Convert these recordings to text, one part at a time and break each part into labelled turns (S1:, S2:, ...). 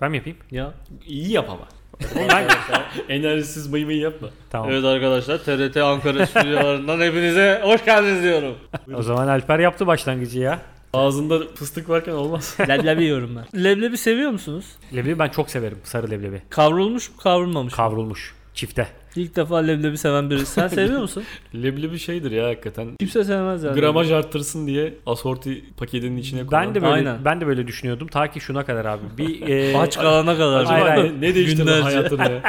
S1: Ben mi yapayım?
S2: Ya iyi yap ama.
S1: Ben
S2: Enerjisiz mıy mıy yapma.
S1: tamam.
S3: Evet arkadaşlar TRT Ankara stüdyolarından hepinize hoş geldiniz diyorum.
S1: O zaman Alper yaptı başlangıcı ya.
S2: Ağzında fıstık varken olmaz.
S4: Leblebi yiyorum ben. Leblebi seviyor musunuz?
S1: Leblebi ben çok severim. Sarı leblebi.
S4: Kavrulmuş mu kavrulmamış mı?
S1: Kavrulmuş. Çifte.
S4: İlk defa leblebi seven biri. Sen seviyor musun?
S2: Leblebi şeydir ya hakikaten.
S4: Kimse sevmez yani.
S2: Gramaj arttırsın diye asorti paketinin içine koyan.
S1: Ben de böyle
S4: E, Aynen.
S1: ben de böyle düşünüyordum ta ki şuna kadar abi. Bir e,
S4: Aç kalana kadar.
S1: Acaba- Hayır, hayır.
S2: Ne- ne değişti lan
S4: Günlerce.
S2: hayatını ya?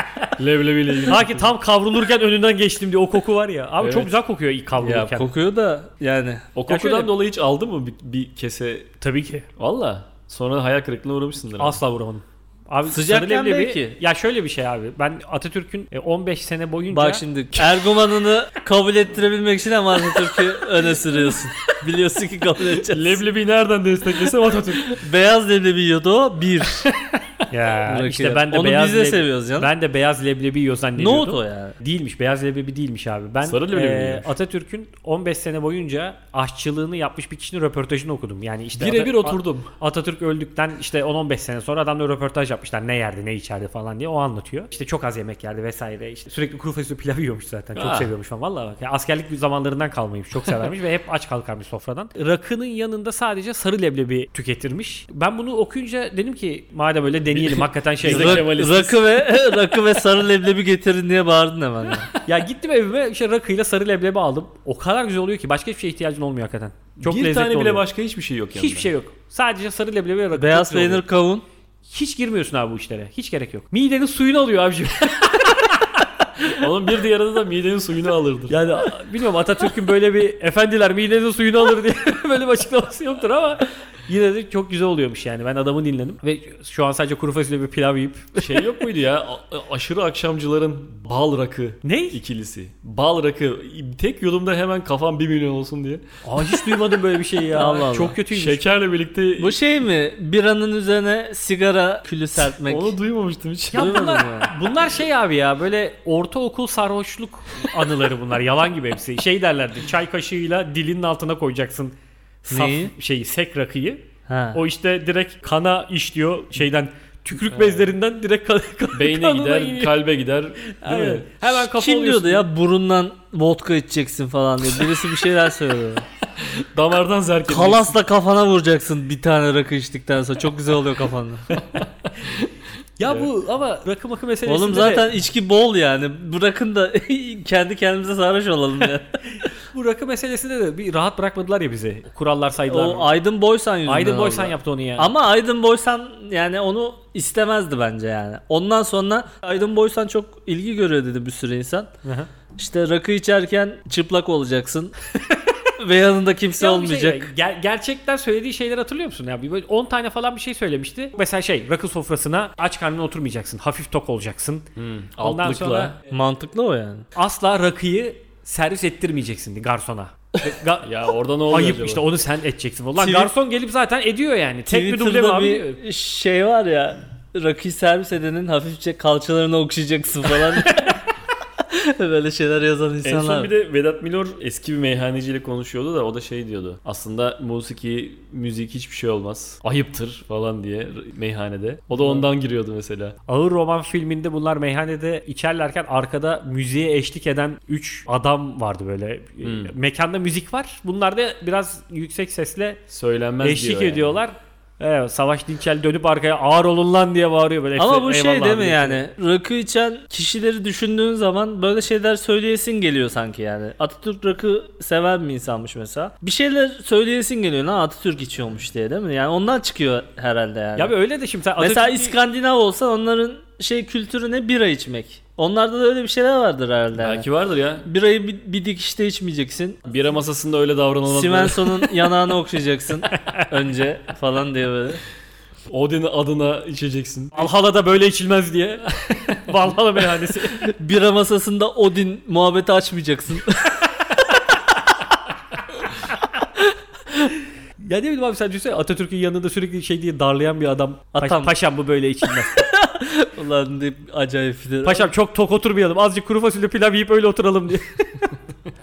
S2: Leblebiyle ilgili.
S1: ta ki tam kavrulurken önünden geçtim diye o koku var ya. Abi çok
S2: Evet.
S1: güzel kokuyor ilk
S4: Ya
S1: kavrulurken.
S4: kokuyor da yani.
S2: O
S1: Ya
S2: kokudan
S1: şöyle-
S2: dolayı hiç aldı mı bir, bir kese?
S1: Tabii ki.
S2: Valla. Sonra hayal kırıklığına uğramışsındır.
S1: Asla vuramadım. Abi
S4: Sıcakken
S1: sarı leblebi-
S4: belki.
S1: Ya şöyle bir şey abi. Ben Atatürk'ün e, 15 sene boyunca
S4: Bak şimdi Erguman'ını kabul ettirebilmek için ama Atatürk'ü öne sürüyorsun. Biliyorsun ki kabul edeceğiz.
S2: Leblebi nereden desteklesem Atatürk.
S4: Beyaz leblebi yiyordu o. Bir.
S1: ya
S4: Rakı.
S1: işte ben de
S4: Onu
S1: beyaz
S4: biz de
S1: leblebi-
S4: seviyoruz canım.
S1: Ben de beyaz leblebi yiyor zannediyordum.
S4: Nohut o yani.
S1: Değilmiş. Beyaz leblebi değilmiş abi. Ben
S2: Sarı leblebi
S1: e,
S2: miymiş?
S1: Atatürk'ün 15 sene boyunca aşçılığını yapmış bir kişinin röportajını okudum. Yani işte
S2: Birebir
S1: Ata-
S2: oturdum.
S1: Atatürk öldükten işte 10-15 sene sonra adamla röportaj yapmışlar. Ne yerdi, ne içerdi falan diye o anlatıyor. İşte çok az yemek yerdi vesaire. İşte sürekli kuru fasulye pilav yiyormuş zaten. Çok
S2: Aa.
S1: seviyormuş falan. Vallahi bak. ya askerlik zamanlarından kalmaymış. Çok severmiş ve hep aç kalkarmış sofradan. Rakının yanında sadece sarı leblebi tüketirmiş. Ben bunu okuyunca dedim ki madem öyle deneyelim. Hakikaten şey.
S2: Biz de
S4: Rak-
S2: Kemalistiz.
S4: rakı ve rakı ve sarı leblebi getirin diye bağırdın hemen. ya.
S1: Ya gittim evime işte rakıyla sarı leblebi aldım. O kadar güzel oluyor ki başka hiçbir şeye ihtiyacın olmuyor hakikaten. Çok
S2: bir
S1: lezzetli
S2: tane bile
S1: oluyor.
S2: başka hiçbir şey yok yanında.
S1: Hiçbir şey yok. Sadece sarı leblebi ve rakı.
S4: Beyaz
S1: Çok güzel
S4: peynir
S1: oluyor.
S4: kavun.
S1: Hiç girmiyorsun abi bu işlere. Hiç gerek yok. Midenin suyunu alıyor abiciğim.
S2: Onun bir diğer adı da midenin suyunu alırdı.
S1: yani a- bilmiyorum Atatürk'ün böyle bir efendiler midenin suyunu alır diye böyle bir açıklaması yoktur ama yine de çok güzel oluyormuş yani. Ben adamı dinledim ve şu an sadece kuru fasulye bir pilav yiyip
S2: Şey yok muydu ya a- aşırı akşamcıların bal rakı
S1: Ne?
S2: ikilisi. Bal rakı tek yudumda hemen kafam 1 milyon olsun diye.
S1: Aa hiç duymadım böyle bir şey ya.
S4: Allah Allah.
S1: Çok kötüymüş.
S2: Şekerle birlikte
S4: Bu şey mi? Biranın üzerine sigara külü serpmek.
S2: onu duymamıştım hiç.
S1: Ya
S4: Duymadım
S1: bunlar,
S4: ya.
S1: bunlar şey abi ya böyle ortaokul sarhoşluk anıları bunlar. Yalan gibi hepsi. Şey derlerdi çay kaşığıyla dilinin altına koyacaksın. Saf
S4: Neyi?
S1: şeyi sek rakıyı.
S4: Ha.
S1: O işte direkt kana işliyor şeyden tükürük bezlerinden direkt kan, kan-
S2: Beyne
S1: kanına
S2: gider,
S1: iniyor.
S2: kalbe gider. Değil
S1: Aynen.
S2: mi?
S1: Hemen kafa
S4: Kim
S1: oluyorsun.
S4: diyordu ya burundan vodka içeceksin falan diye. Birisi bir şeyler söylüyordu.
S2: Damardan zerk ediyor.
S4: Kalasla kafana vuracaksın bir tane rakı içtikten sonra. Çok güzel oluyor kafanda.
S1: Ya bu ama rakı makı meselesinde
S4: Oğlum
S1: zaten...
S4: zaten içki bol yani. Bırakın da kendi kendimize sarhoş olalım ya.
S1: bu rakı meselesinde de bir rahat bırakmadılar ya bizi. Kurallar saydılar.
S4: o Aydın Boysan yüzünden
S1: Aydın Boysan
S4: oldu.
S1: yaptı onu ya.
S4: Ama Aydın Boysan yani onu istemezdi bence yani. Ondan sonra Aydın Boysan çok ilgi görüyor dedi bir sürü insan.
S1: Hı hı.
S4: İşte rakı içerken çıplak olacaksın. Ve yanında kimse
S1: Ya bir şey-
S4: olmayacak.
S1: ger- gerçekten söylediği şeyler hatırlıyor musun? Ya bir böyle 10 tane falan bir şey söylemişti. Mesela şey rakı sofrasına aç karnına oturmayacaksın. Hafif tok olacaksın. Ondan
S2: Hmm, altlıkla.
S1: sonra e,
S4: Mantıklı o yani.
S1: asla rakıyı servis ettirmeyeceksin garsona. Ga-
S2: Ya orada ne oluyor
S1: Ayıp
S2: acaba?
S1: işte onu sen edeceksin. Ulan
S4: Twitter-
S1: garson gelip zaten ediyor yani. Tek bir duble mi
S4: Twitter'da
S1: abi?
S4: bir, şey var ya. Rakıyı servis edenin hafifçe kalçalarını okşayacaksın falan. Böyle şeyler yazan
S2: En
S4: insanlar.
S2: son bir de Vedat Milor eski bir meyhaneciyle konuşuyordu da o da şey diyordu. Aslında musiki, müzik hiçbir şey olmaz. Ayıptır falan diye r- meyhanede. O da ondan giriyordu mesela.
S1: Ağır roman filminde bunlar meyhanede içerlerken arkada müziğe eşlik eden 3 adam vardı böyle.
S2: Hmm.
S1: Mekanda müzik var. Bunlar da biraz yüksek sesle
S2: Söylenmez
S1: Eşlik
S2: diyor yani.
S1: ediyorlar. Evet, Savaş Dinçel dönüp arkaya ağır olun lan diye bağırıyor böyle.
S4: Ama
S1: Hepsi,
S4: bu şey
S1: "Eyvallah
S4: değil
S1: abi."
S4: mi yani? Rakı içen kişileri düşündüğün zaman böyle şeyler söyleyesin geliyor sanki yani. Atatürk rakı seven bir insanmış mesela. Bir şeyler söyleyesin geliyor. Ha Atatürk içiyormuş diye değil mi? Yani ondan çıkıyor herhalde yani.
S1: Ya bir öyle de şimdi sen
S4: mesela
S1: Atatürk'ü-
S4: İskandinav olsa onların şey kültürü ne? Bira içmek. Onlarda da öyle bir şeyler vardır herhalde. yani.
S2: Belki vardır ya.
S4: Birayı bir, bir dikişte içmeyeceksin.
S2: Bira masasında öyle davranılmaz.
S4: Simenson'un yanağını okşayacaksın önce falan diye böyle.
S2: Odin adına içeceksin.
S1: Valhalla'da böyle içilmez diye. Valhalla meyhanesi.
S4: Bira masasında Odin muhabbeti açmayacaksın.
S1: ya ne bileyim abi sen düşünsene Atatürk'ün yanında sürekli şey diye darlayan bir adam. Paş-
S4: Atam.
S1: paşam bu böyle içilmez.
S4: Ulan deyip acayip şey. filan.
S1: paşam çok tok oturmayalım. Azıcık kuru fasulye pilav yiyip öyle oturalım diye.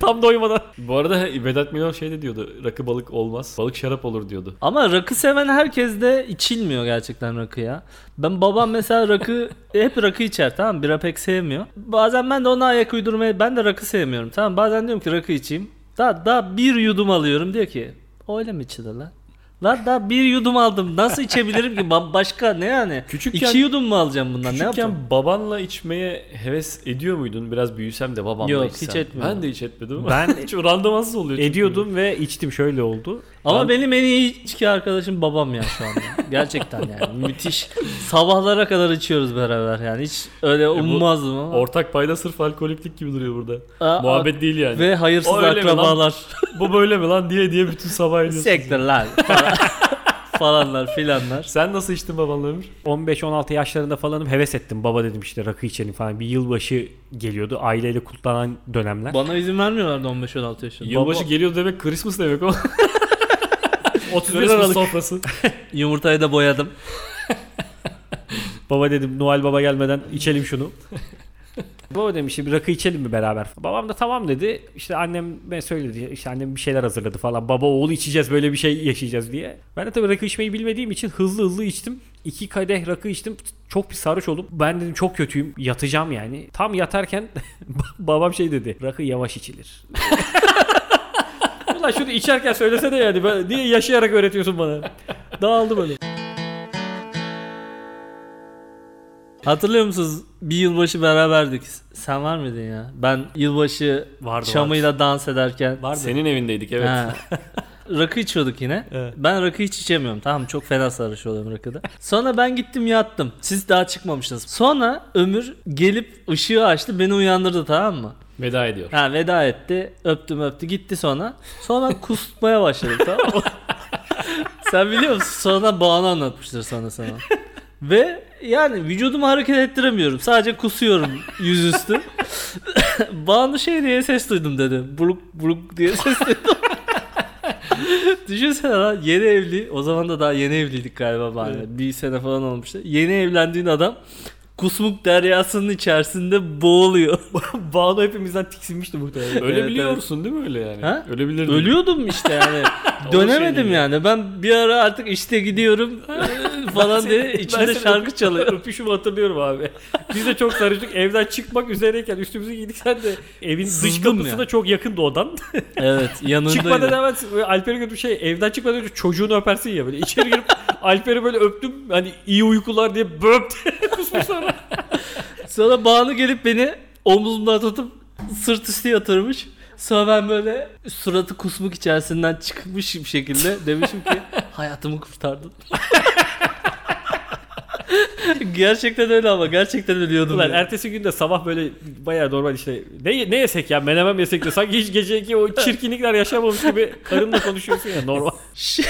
S1: Tam doymadan.
S2: Bu arada Vedat Milor şey de diyordu. Rakı balık olmaz. Balık şarap olur diyordu.
S4: Ama rakı seven herkes de içilmiyor gerçekten rakı ya. Ben babam mesela rakı hep rakı içer tamam mı? Bira pek sevmiyor. Bazen ben de ona ayak uydurmaya ben de rakı sevmiyorum tamam mı? Bazen diyorum ki rakı içeyim. Daha, daha bir yudum alıyorum diyor ki öyle mi içilir lan? Lan daha bir yudum aldım. Nasıl içebilirim ki? Ba- Başka ne yani?
S2: Küçükken-
S4: İki yudum mu alacağım bundan? ne yapacağım?
S2: Küçükken babanla içmeye heves ediyor muydun? Biraz büyüsem de babamla
S4: Yok,
S2: içsem.
S4: hiç etmiyorum.
S2: Ben de hiç etmedim ama.
S1: Ben
S2: hiç randımansız oluyor. çünkü.
S1: ediyordum ve içtim şöyle oldu.
S4: Ama benim en iyi içki arkadaşım babam ya şu anda. Gerçekten yani müthiş. Sabahlara kadar içiyoruz beraber yani. Hiç
S2: E
S4: öyle ummaz mı?
S2: Ortak payda sırf alkoliklik gibi duruyor burada.
S4: Aa,
S2: Muhabbet değil yani.
S4: Ve hayırsız
S2: O öyle mi lan?
S4: akrabalar.
S2: Bu böyle mi lan diye diye bütün sabah ediyorsun.
S4: Sektir lan. falan- falanlar filanlar.
S2: Sen nasıl içtin babanla Ömür?
S1: 15-16 yaşlarında falanım heves ettim. Baba dedim işte rakı içelim falan. Bir yılbaşı geliyordu. Aileyle kutlanan dönemler.
S4: Bana izin vermiyorlardı 15-16 yaşında.
S2: Yılbaşı
S4: Baba-
S2: geliyor demek Christmas demek o. 31
S1: Christmas
S2: Aralık sofrası.
S4: Yumurtayı da boyadım.
S1: Baba dedim Noel Baba gelmeden içelim şunu. Baba demiş işte rakı içelim mi beraber? Babam da tamam dedi. İşte anneme söyledi. İşte annem bir şeyler hazırladı falan. Baba oğlu içeceğiz böyle bir şey yaşayacağız diye. Ben de tabii rakı içmeyi bilmediğim için hızlı hızlı içtim. İki kadeh rakı içtim. Çok bir sarhoş oldum. Ben dedim çok kötüyüm. Yatacağım yani. Tam yatarken babam şey dedi. Rakı yavaş içilir. Ulan şunu içerken söylesene yani. Ben- Niye yaşayarak öğretiyorsun bana? Dağıldı böyle.
S4: Hatırlıyor musunuz? Bir yılbaşı beraberdik. Sen var mıydın ya? Ben yılbaşı
S1: Vardı,
S4: çamıyla dans ederken.
S2: Senin evindeydik evet.
S4: Ha. rakı içiyorduk yine.
S1: Evet.
S4: Ben rakı hiç içemiyorum. Tamam mı? çok fena sarhoş oluyorum rakıda. Sonra ben gittim yattım. Siz daha çıkmamıştınız. Sonra Ömür gelip ışığı açtı beni uyandırdı tamam mı?
S2: Veda ediyor.
S4: Ha veda etti. Öptüm öptü gitti sonra. Sonra ben kusmaya başladım tamam mı? Sen biliyor musun? Sonra bağını anlatmıştır sana sana. Ve yani vücudumu hareket ettiremiyorum. Sadece kusuyorum yüzüstü. Bağını şey diye ses duydum dedi. Buruk buruk diye ses duydum. Düşünsene lan yeni evli. O zaman da daha yeni evliydik galiba bari. Bir sene falan olmuştu. Yeni evlendiğin adam kusmuk deryasının içerisinde boğuluyor.
S1: Banu hepimizden tiksinmişti muhtemelen.
S2: Öyle
S4: Evet,
S2: biliyorsun değil mi öyle yani?
S4: Ha?
S2: Ölebilirdin.
S4: Ölüyordum işte yani.
S2: şey
S4: Dönemedim
S2: değil
S4: yani. Ben bir ara artık işte gidiyorum eee, falan diye içinde şarkı çalıyor.
S1: Öpüşümü hatırlıyorum abi. Biz de çok sarıştık. Evden çıkmak üzereyken üstümüzü giydik sen de evin dış
S4: Sızdım
S1: kapısına
S4: ya.
S1: çok yakındı odan.
S4: Evet
S1: Çıkmadan
S4: yanındaydı.
S1: hemen böyle Alper'e götürüp şey evden çıkmadan önce çocuğunu öpersin ya böyle içeri girip Alper'i böyle öptüm hani iyi uykular diye böp diye kusmuş sonra.
S4: Sonra Banu gelip beni omzumdan tutup sırt üstü yatırmış. Sonra ben böyle suratı kusmuk içerisinden çıkmış bir şekilde demişim ki hayatımı kurtardın. gerçekten öyle ama gerçekten ölüyordum.
S1: Ulan
S4: ya.
S1: ertesi gün de sabah böyle bayağı normal işte ne, ne yesek ya menemen mi yesek de sanki hiç geceki o çirkinlikler yaşamamış gibi karınla konuşuyorsun ya normal.
S4: Şey,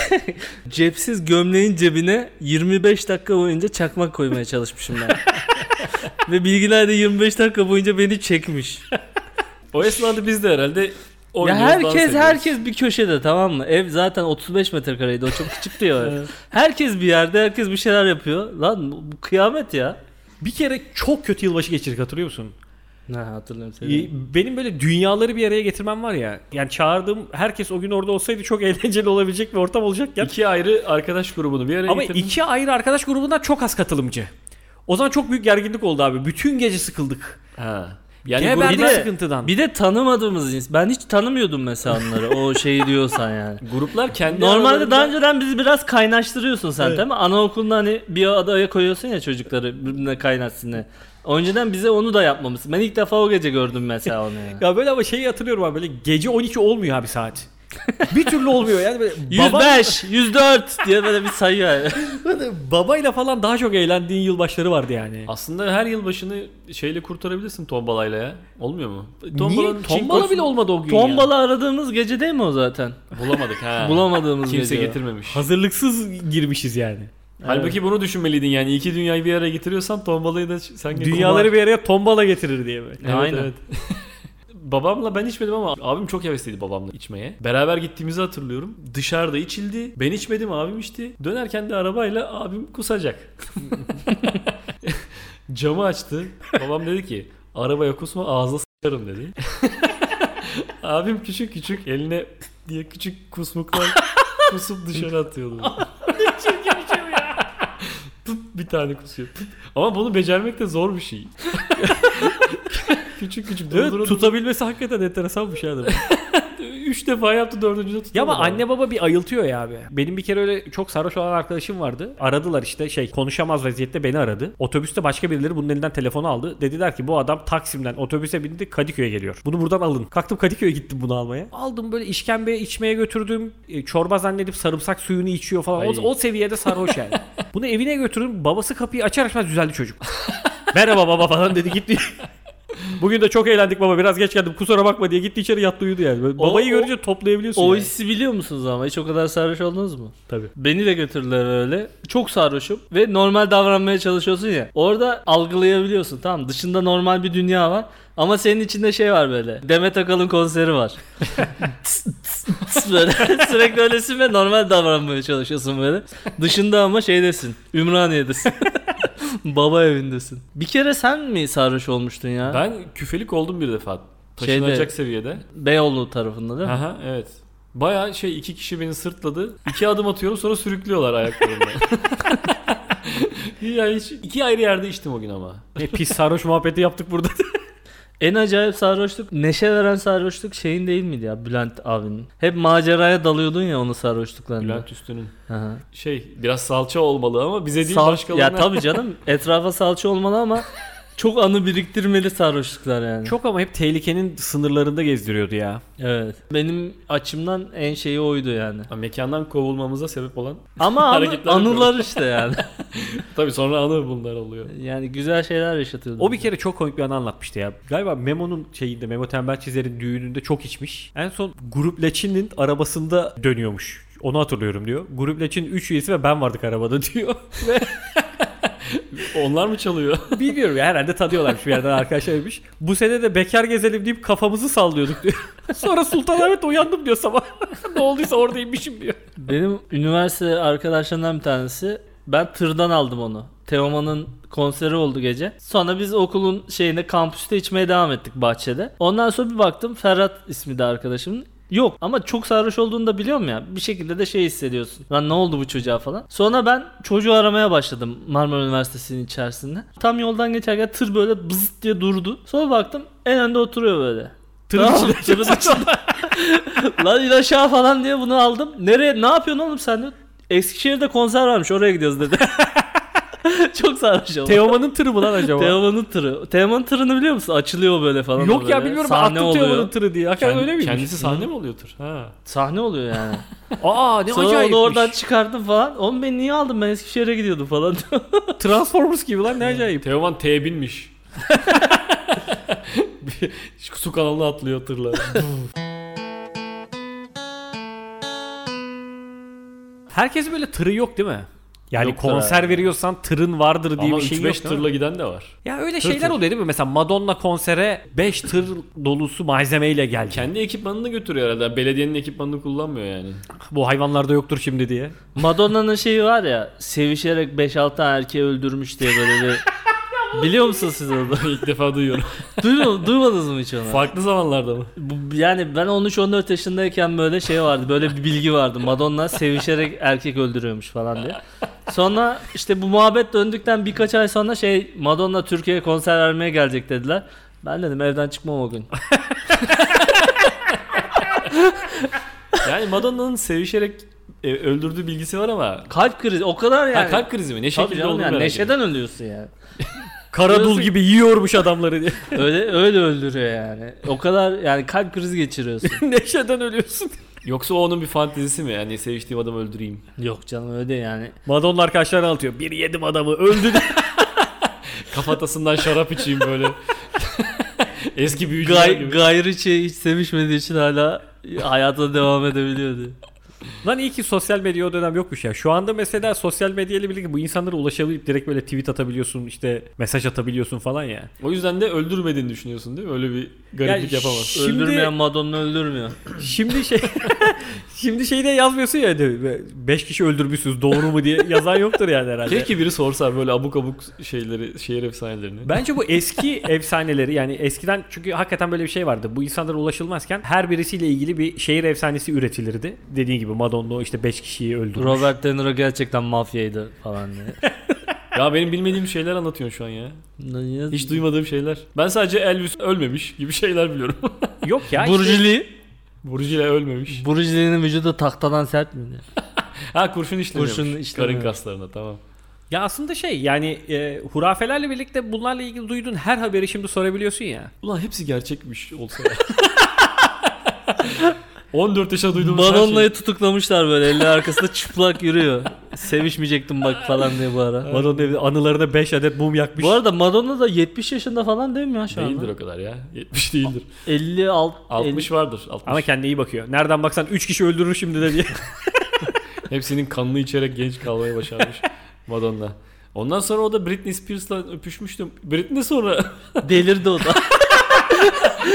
S4: cepsiz gömleğin cebine 25 dakika boyunca çakmak koymaya çalışmışım ben. Ve bilgiler de 25 dakika boyunca beni çekmiş.
S2: O esnada biz de herhalde
S4: ya
S2: oynuyoruz, dans
S4: herkes
S2: ediyoruz.
S4: herkes bir köşede tamam mı? Ev zaten 35 metrekareydi. O çok küçüktü ya. herkes bir yerde, herkes bir şeyler yapıyor. Lan bu bu kıyamet ya.
S1: Bir kere çok kötü yılbaşı geçirdik hatırlıyor musun?
S4: Ha hatırlıyorum
S1: Ee,
S4: seni.
S1: Benim böyle dünyaları bir araya getirmem var ya. Yani çağırdığım herkes o gün orada olsaydı çok eğlenceli olabilecek bir ortam olacakken.
S2: İki ayrı arkadaş grubunu bir araya
S1: Ama
S2: getirdin.
S1: iki ayrı arkadaş grubundan çok az katılımcı. O zaman çok büyük gerginlik oldu abi. Bütün gece sıkıldık.
S2: Ha. Yani
S1: Geberdik
S2: grupta,
S4: de-
S1: sıkıntıdan.
S4: Bir de tanımadığımız ins- Ben hiç tanımıyordum mesela onları. o şeyi diyorsan yani.
S2: gruplar kendi
S4: Normalde
S2: aralarında-
S4: daha önceden bizi biraz kaynaştırıyorsun sen değil mi? Anaokulunda hani bir adaya koyuyorsun ya çocukları birbirine kaynaşsın diye. Önceden bize onu da yapmamışsın. Ben ilk defa o gece gördüm mesela onu yani.
S1: Ya böyle ama şeyi hatırlıyorum abi böyle gece 12 olmuyor abi saat. bir türlü olmuyor yani böyle baba,
S4: 105, 104 diye böyle bir sayı yani.
S1: babayla falan daha çok eğlendiğin yılbaşları vardı yani.
S2: Aslında her yılbaşını şeyle kurtarabilirsin tombalayla ya. Olmuyor mu?
S1: Niye?
S2: Tombalanın
S1: Tombala
S2: çinkosu-
S1: bile olmadı o gün ya.
S4: Tombala aradığımız gece değil mi o zaten?
S2: Bulamadık ha.
S4: Bulamadığımız
S2: Kimse
S4: gece.
S2: getirmemiş.
S1: Hazırlıksız girmişiz yani.
S2: Halbuki bunu düşünmeliydin yani. iki dünyayı bir araya getiriyorsan tombalayı da sen getir.
S1: Dünyaları bir araya tombala getirir diye böyle.
S2: Evet,
S4: Aynen.
S2: evet. Babamla ben içmedim ama abim çok hevesliydi babamla içmeye. Beraber gittiğimizi hatırlıyorum. Dışarıda içildi. Ben içmedim abim içti. Dönerken de arabayla abim kusacak. Camı açtı. Babam dedi ki arabaya kusma ağzına sıçarım dedi. Abim küçük küçük eline diye küçük kusmuklar kusup dışarı atıyordu. Pıt bir tane kusuyor. pıt. Ama bunu becermek de zor bir şey. küçük küçük
S1: Evet,
S2: durdura
S1: tutabilmesi hakikaten enteresan bir şey adam.
S2: Üç defa yaptı dördüncüde tutamadı.
S1: Ya ama
S2: abi.
S1: anne baba bir ayıltıyor ya abi. Benim bir kere öyle çok sarhoş olan arkadaşım vardı. Aradılar işte şey konuşamaz vaziyette beni aradı. Otobüste başka birileri bunun elinden telefonu aldı. Dediler ki bu adam Taksim'den otobüse bindi Kadıköy'e geliyor. Bunu buradan alın. Kalktım Kadıköy'e gittim bunu almaya. Aldım böyle işkembe içmeye götürdüm. E, Çorba zannedip sarımsak suyunu içiyor falan. O,
S2: Ay.
S1: o seviyede sarhoş yani. bunu evine götürdüm. Babası kapıyı açar açmaz düzeldi çocuk. Merhaba baba falan dedi gitti. Bugün de çok eğlendik baba biraz geç geldim kusura bakma diye gitti içeri yattı uyudu yani. Böyle
S4: O-
S1: Babayı
S4: o-
S1: görünce toplayabiliyorsun
S4: O
S1: yani.
S4: hissi biliyor musunuz ama hiç o kadar sarhoş oldunuz mu?
S1: Tabii.
S4: Beni de götürdüler öyle. Çok sarhoşum ve normal davranmaya çalışıyorsun ya. Orada algılayabiliyorsun tamam dışında normal bir dünya var. Ama senin içinde şey var böyle. Demet Akalın konseri var. Tıs, tıs, tıs böyle. Sürekli öylesin ve normal davranmaya çalışıyorsun böyle. Dışında ama şeydesin. Ümraniye'desin. Baba evindesin. Bir kere sen mi sarhoş olmuştun ya?
S2: Ben küfelik oldum bir defa. Taşınacak
S4: Şeyde-
S2: seviyede.
S4: Beyoğlu tarafında değil mi?
S2: Aha evet. Baya şey iki kişi beni sırtladı. İki adım atıyorum sonra sürüklüyorlar ayaklarımla. ya hiç, iki ayrı yerde içtim o gün ama.
S1: Ne pis sarhoş muhabbeti yaptık burada.
S4: En acayip sarhoşluk, neşe veren sarhoşluk şeyin değil miydi ya Bülent abinin? Hep maceraya dalıyordun ya onun sarhoşluklarında.
S2: Bülent Üstü'nün
S4: Aha.
S2: şey biraz salça olmalı ama bize değil
S4: Sal-
S2: başkalarına.
S4: ya tabii canım etrafa salça olmalı ama çok anı biriktirmeli sarhoşluklar yani.
S1: Çok ama hep tehlikenin sınırlarında gezdiriyordu ya.
S4: Evet. Benim açımdan en şeyi oydu yani.
S2: Ha, mekandan kovulmamıza sebep olan.
S4: Ama anı,
S2: Hareketler
S4: anılar işte yani.
S2: Tabii sonra anı bunlar oluyor.
S4: yani güzel şeyler yaşatıyordu.
S1: O bir kere çok komik bir anı anlatmıştı ya. Galiba Memo'nun şeyinde, Memo Tembel Çizer'in düğününde çok içmiş. En son Grup Leçin'in arabasında dönüyormuş. Onu hatırlıyorum diyor. Grup Leçin 3 üyesi ve ben vardık arabada diyor.
S2: Onlar mı çalıyor?
S1: Bilmiyorum ya herhalde tanıyorlarmış bir yerden arkadaşlarmış. Bu sene de bekar gezelim deyip kafamızı sallıyorduk diyor. Sonra Sultanahmet uyandım diyor sabah. ne olduysa oradaymışım diyor.
S4: Benim üniversite arkadaşlarımdan bir tanesi ben tırdan aldım onu. Teoman'ın konseri oldu gece. Sonra biz okulun şeyine kampüste içmeye devam ettik bahçede. Ondan sonra bir baktım Ferhat ismi de arkadaşımın. Yok ama çok sarhoş olduğunu da biliyorum ya. Bir şekilde de şey hissediyorsun. Lan ne oldu bu çocuğa falan. Sonra ben çocuğu aramaya başladım Marmara Üniversitesi'nin içerisinde. Tam yoldan geçerken tır böyle bızıt diye durdu. Sonra baktım en önde oturuyor böyle.
S1: Tırın
S4: Tamam,
S1: içinde.
S4: tırın içinde. Lan in aşağı falan diye bunu aldım. Nereye ne yapıyorsun oğlum sen diyor. Eskişehir'de konser varmış oraya gidiyoruz dedi. Çok sarhoş ama.
S1: Teoman'ın tırı mı lan acaba?
S4: Teoman'ın tırı. Teoman'ın tırını biliyor musun? Açılıyor böyle falan.
S1: Yok ya
S4: böyle.
S1: bilmiyorum ben
S4: Sahne
S1: attım Teoman'ın
S4: oluyor.
S1: tırı diye. Hakikaten öyle miymiş?
S2: Kendisi sahne mi oluyordur? Ha.
S4: Sahne oluyor yani.
S1: Aa ne
S4: Sonra
S1: acayipmiş.
S4: onu oradan çıkardım falan. Oğlum beni niye aldın ben Eskişehir'e gidiyordum falan.
S1: Transformers gibi lan ne acayip.
S2: Teoman T binmiş. Bir- Su kanalına atlıyor tırla.
S1: Herkes böyle tırı yok değil mi? Yani
S4: Yok
S1: konser
S4: abi. veriyorsan
S1: veriyorsan tırın vardır diye
S2: Ama
S1: bir şey
S2: 3-5
S1: yok. değil mi?
S2: tırla giden de var.
S1: Ya öyle
S2: Tır,
S1: şeyler
S2: tır.
S1: oluyor değil mi? Mesela Madonna konsere 5 tır dolusu malzemeyle geldi.
S2: Kendi ekipmanını götürüyor herhalde. Belediyenin ekipmanını kullanmıyor yani.
S1: Bu hayvanlarda yoktur şimdi diye.
S4: Madonna'nın şeyi var ya sevişerek 5-6 tane erkeği öldürmüş diye böyle bir... Biliyor musunuz siz onu?
S2: İlk defa duyuyorum.
S4: Duymadınız, duymadınız mı hiç onu?
S2: Farklı zamanlarda mı?
S4: Bu- Yani ben 13-14 yaşındayken böyle şey vardı. Böyle bir bilgi vardı. Madonna sevişerek erkek öldürüyormuş falan diye. Sonra işte bu muhabbet döndükten birkaç ay sonra şey Madonna Türkiye'ye konser vermeye gelecek dediler. Ben dedim evden çıkmam o gün.
S2: Yani Madonna'nın sevişerek e, öldürdüğü bilgisi var ama
S4: Kalp krizi o kadar yani.
S2: ha, kalp krizi mi?
S4: Tabii
S2: Ne şekilde
S4: canım
S2: olduğunu
S4: yani
S2: merak ediyorum.
S4: neşeden ölüyorsun yani.
S1: Karadul
S4: Diyorsun-
S1: gibi yiyormuş adamları diye.
S4: Öyle öyle öldürüyor yani. O kadar yani kalp krizi geçiriyorsun.
S1: Neşeden ölüyorsun.
S2: Yoksa o onun bir fantezisi mi? Yani seviştiğim adamı öldüreyim.
S4: Yok canım öyle değil yani.
S1: Madonna arkadaşlarına anlatıyor. Bir yedim adamı öldü. diye.
S2: Kafatasından şarap içeyim böyle. Eski büyücüler
S4: Gay,
S2: gibi.
S4: gayri hiç sevişmediği için hala hayata devam edebiliyordu.
S1: Lan iyi ki sosyal medya o dönem yokmuş ya. Şu anda mesela sosyal medyayla birlikte bu insanlara ulaşabilip direkt böyle tweet atabiliyorsun işte mesaj atabiliyorsun falan ya.
S2: O yüzden de öldürmediğini düşünüyorsun değil mi? Öyle bir gariplik
S1: Ya
S2: yapamaz.
S1: Şimdi-
S4: Öldürmeyen Madonna öldürmüyor.
S1: Şimdi şey şimdi şeyde yazmıyorsun ya 5 kişi öldürmüşsünüz doğru mu diye yazan yoktur yani herhalde.
S2: Keşke biri sorsa böyle abuk abuk şeyleri, şehir efsanelerini.
S1: Bence bu eski efsaneleri yani eskiden çünkü hakikaten böyle bir şey vardı. Bu insanlara ulaşılmazken her birisiyle ilgili bir şehir efsanesi üretilirdi. Dediğin gibi Madonna işte 5 kişiyi öldürmüş.
S4: Robert De Niro gerçekten mafyaydı falan diye.
S2: Ya benim bilmediğim şeyler anlatıyorsun şu an ya. Hiç
S4: Hiç
S2: duymadığım şeyler. Ben sadece Elvis ölmemiş gibi şeyler biliyorum.
S1: Yok ya. işte-
S4: Burjili.
S2: Burcu ile ölmemiş.
S4: Burjili'nin vücudu tahtadan sert miydi?
S2: Ha kurşun işlemiyormuş.
S4: Kurşun işlemiyor.
S2: Karın kaslarına tamam.
S1: Ya aslında şey yani e, hurafelerle birlikte bunlarla ilgili duyduğun her haberi şimdi sorabiliyorsun ya.
S2: Ulan hepsi gerçekmiş olsa. 14 yaşa duyduğumuz her şey.
S4: Madonna'yı tutuklamışlar böyle elleri arkasında çıplak yürüyor. Sevişmeyecektim bak falan diye bu ara.
S1: Madonna anılarına 5 adet mum yakmış.
S4: Bu arada Madonna da 70 yaşında falan değil mi ya şu anda?
S2: Değildir o kadar ya. 70 değildir.
S4: 50 alt,
S2: 60 vardır. 60.
S1: Ama kendine iyi bakıyor. Nereden baksan 3 kişi öldürür şimdi de diye.
S2: Hepsinin kanını içerek genç kalmayı başarmış Madonna. Ondan sonra o da Britney Spears'la öpüşmüştüm. Britney sonra
S4: delirdi o da.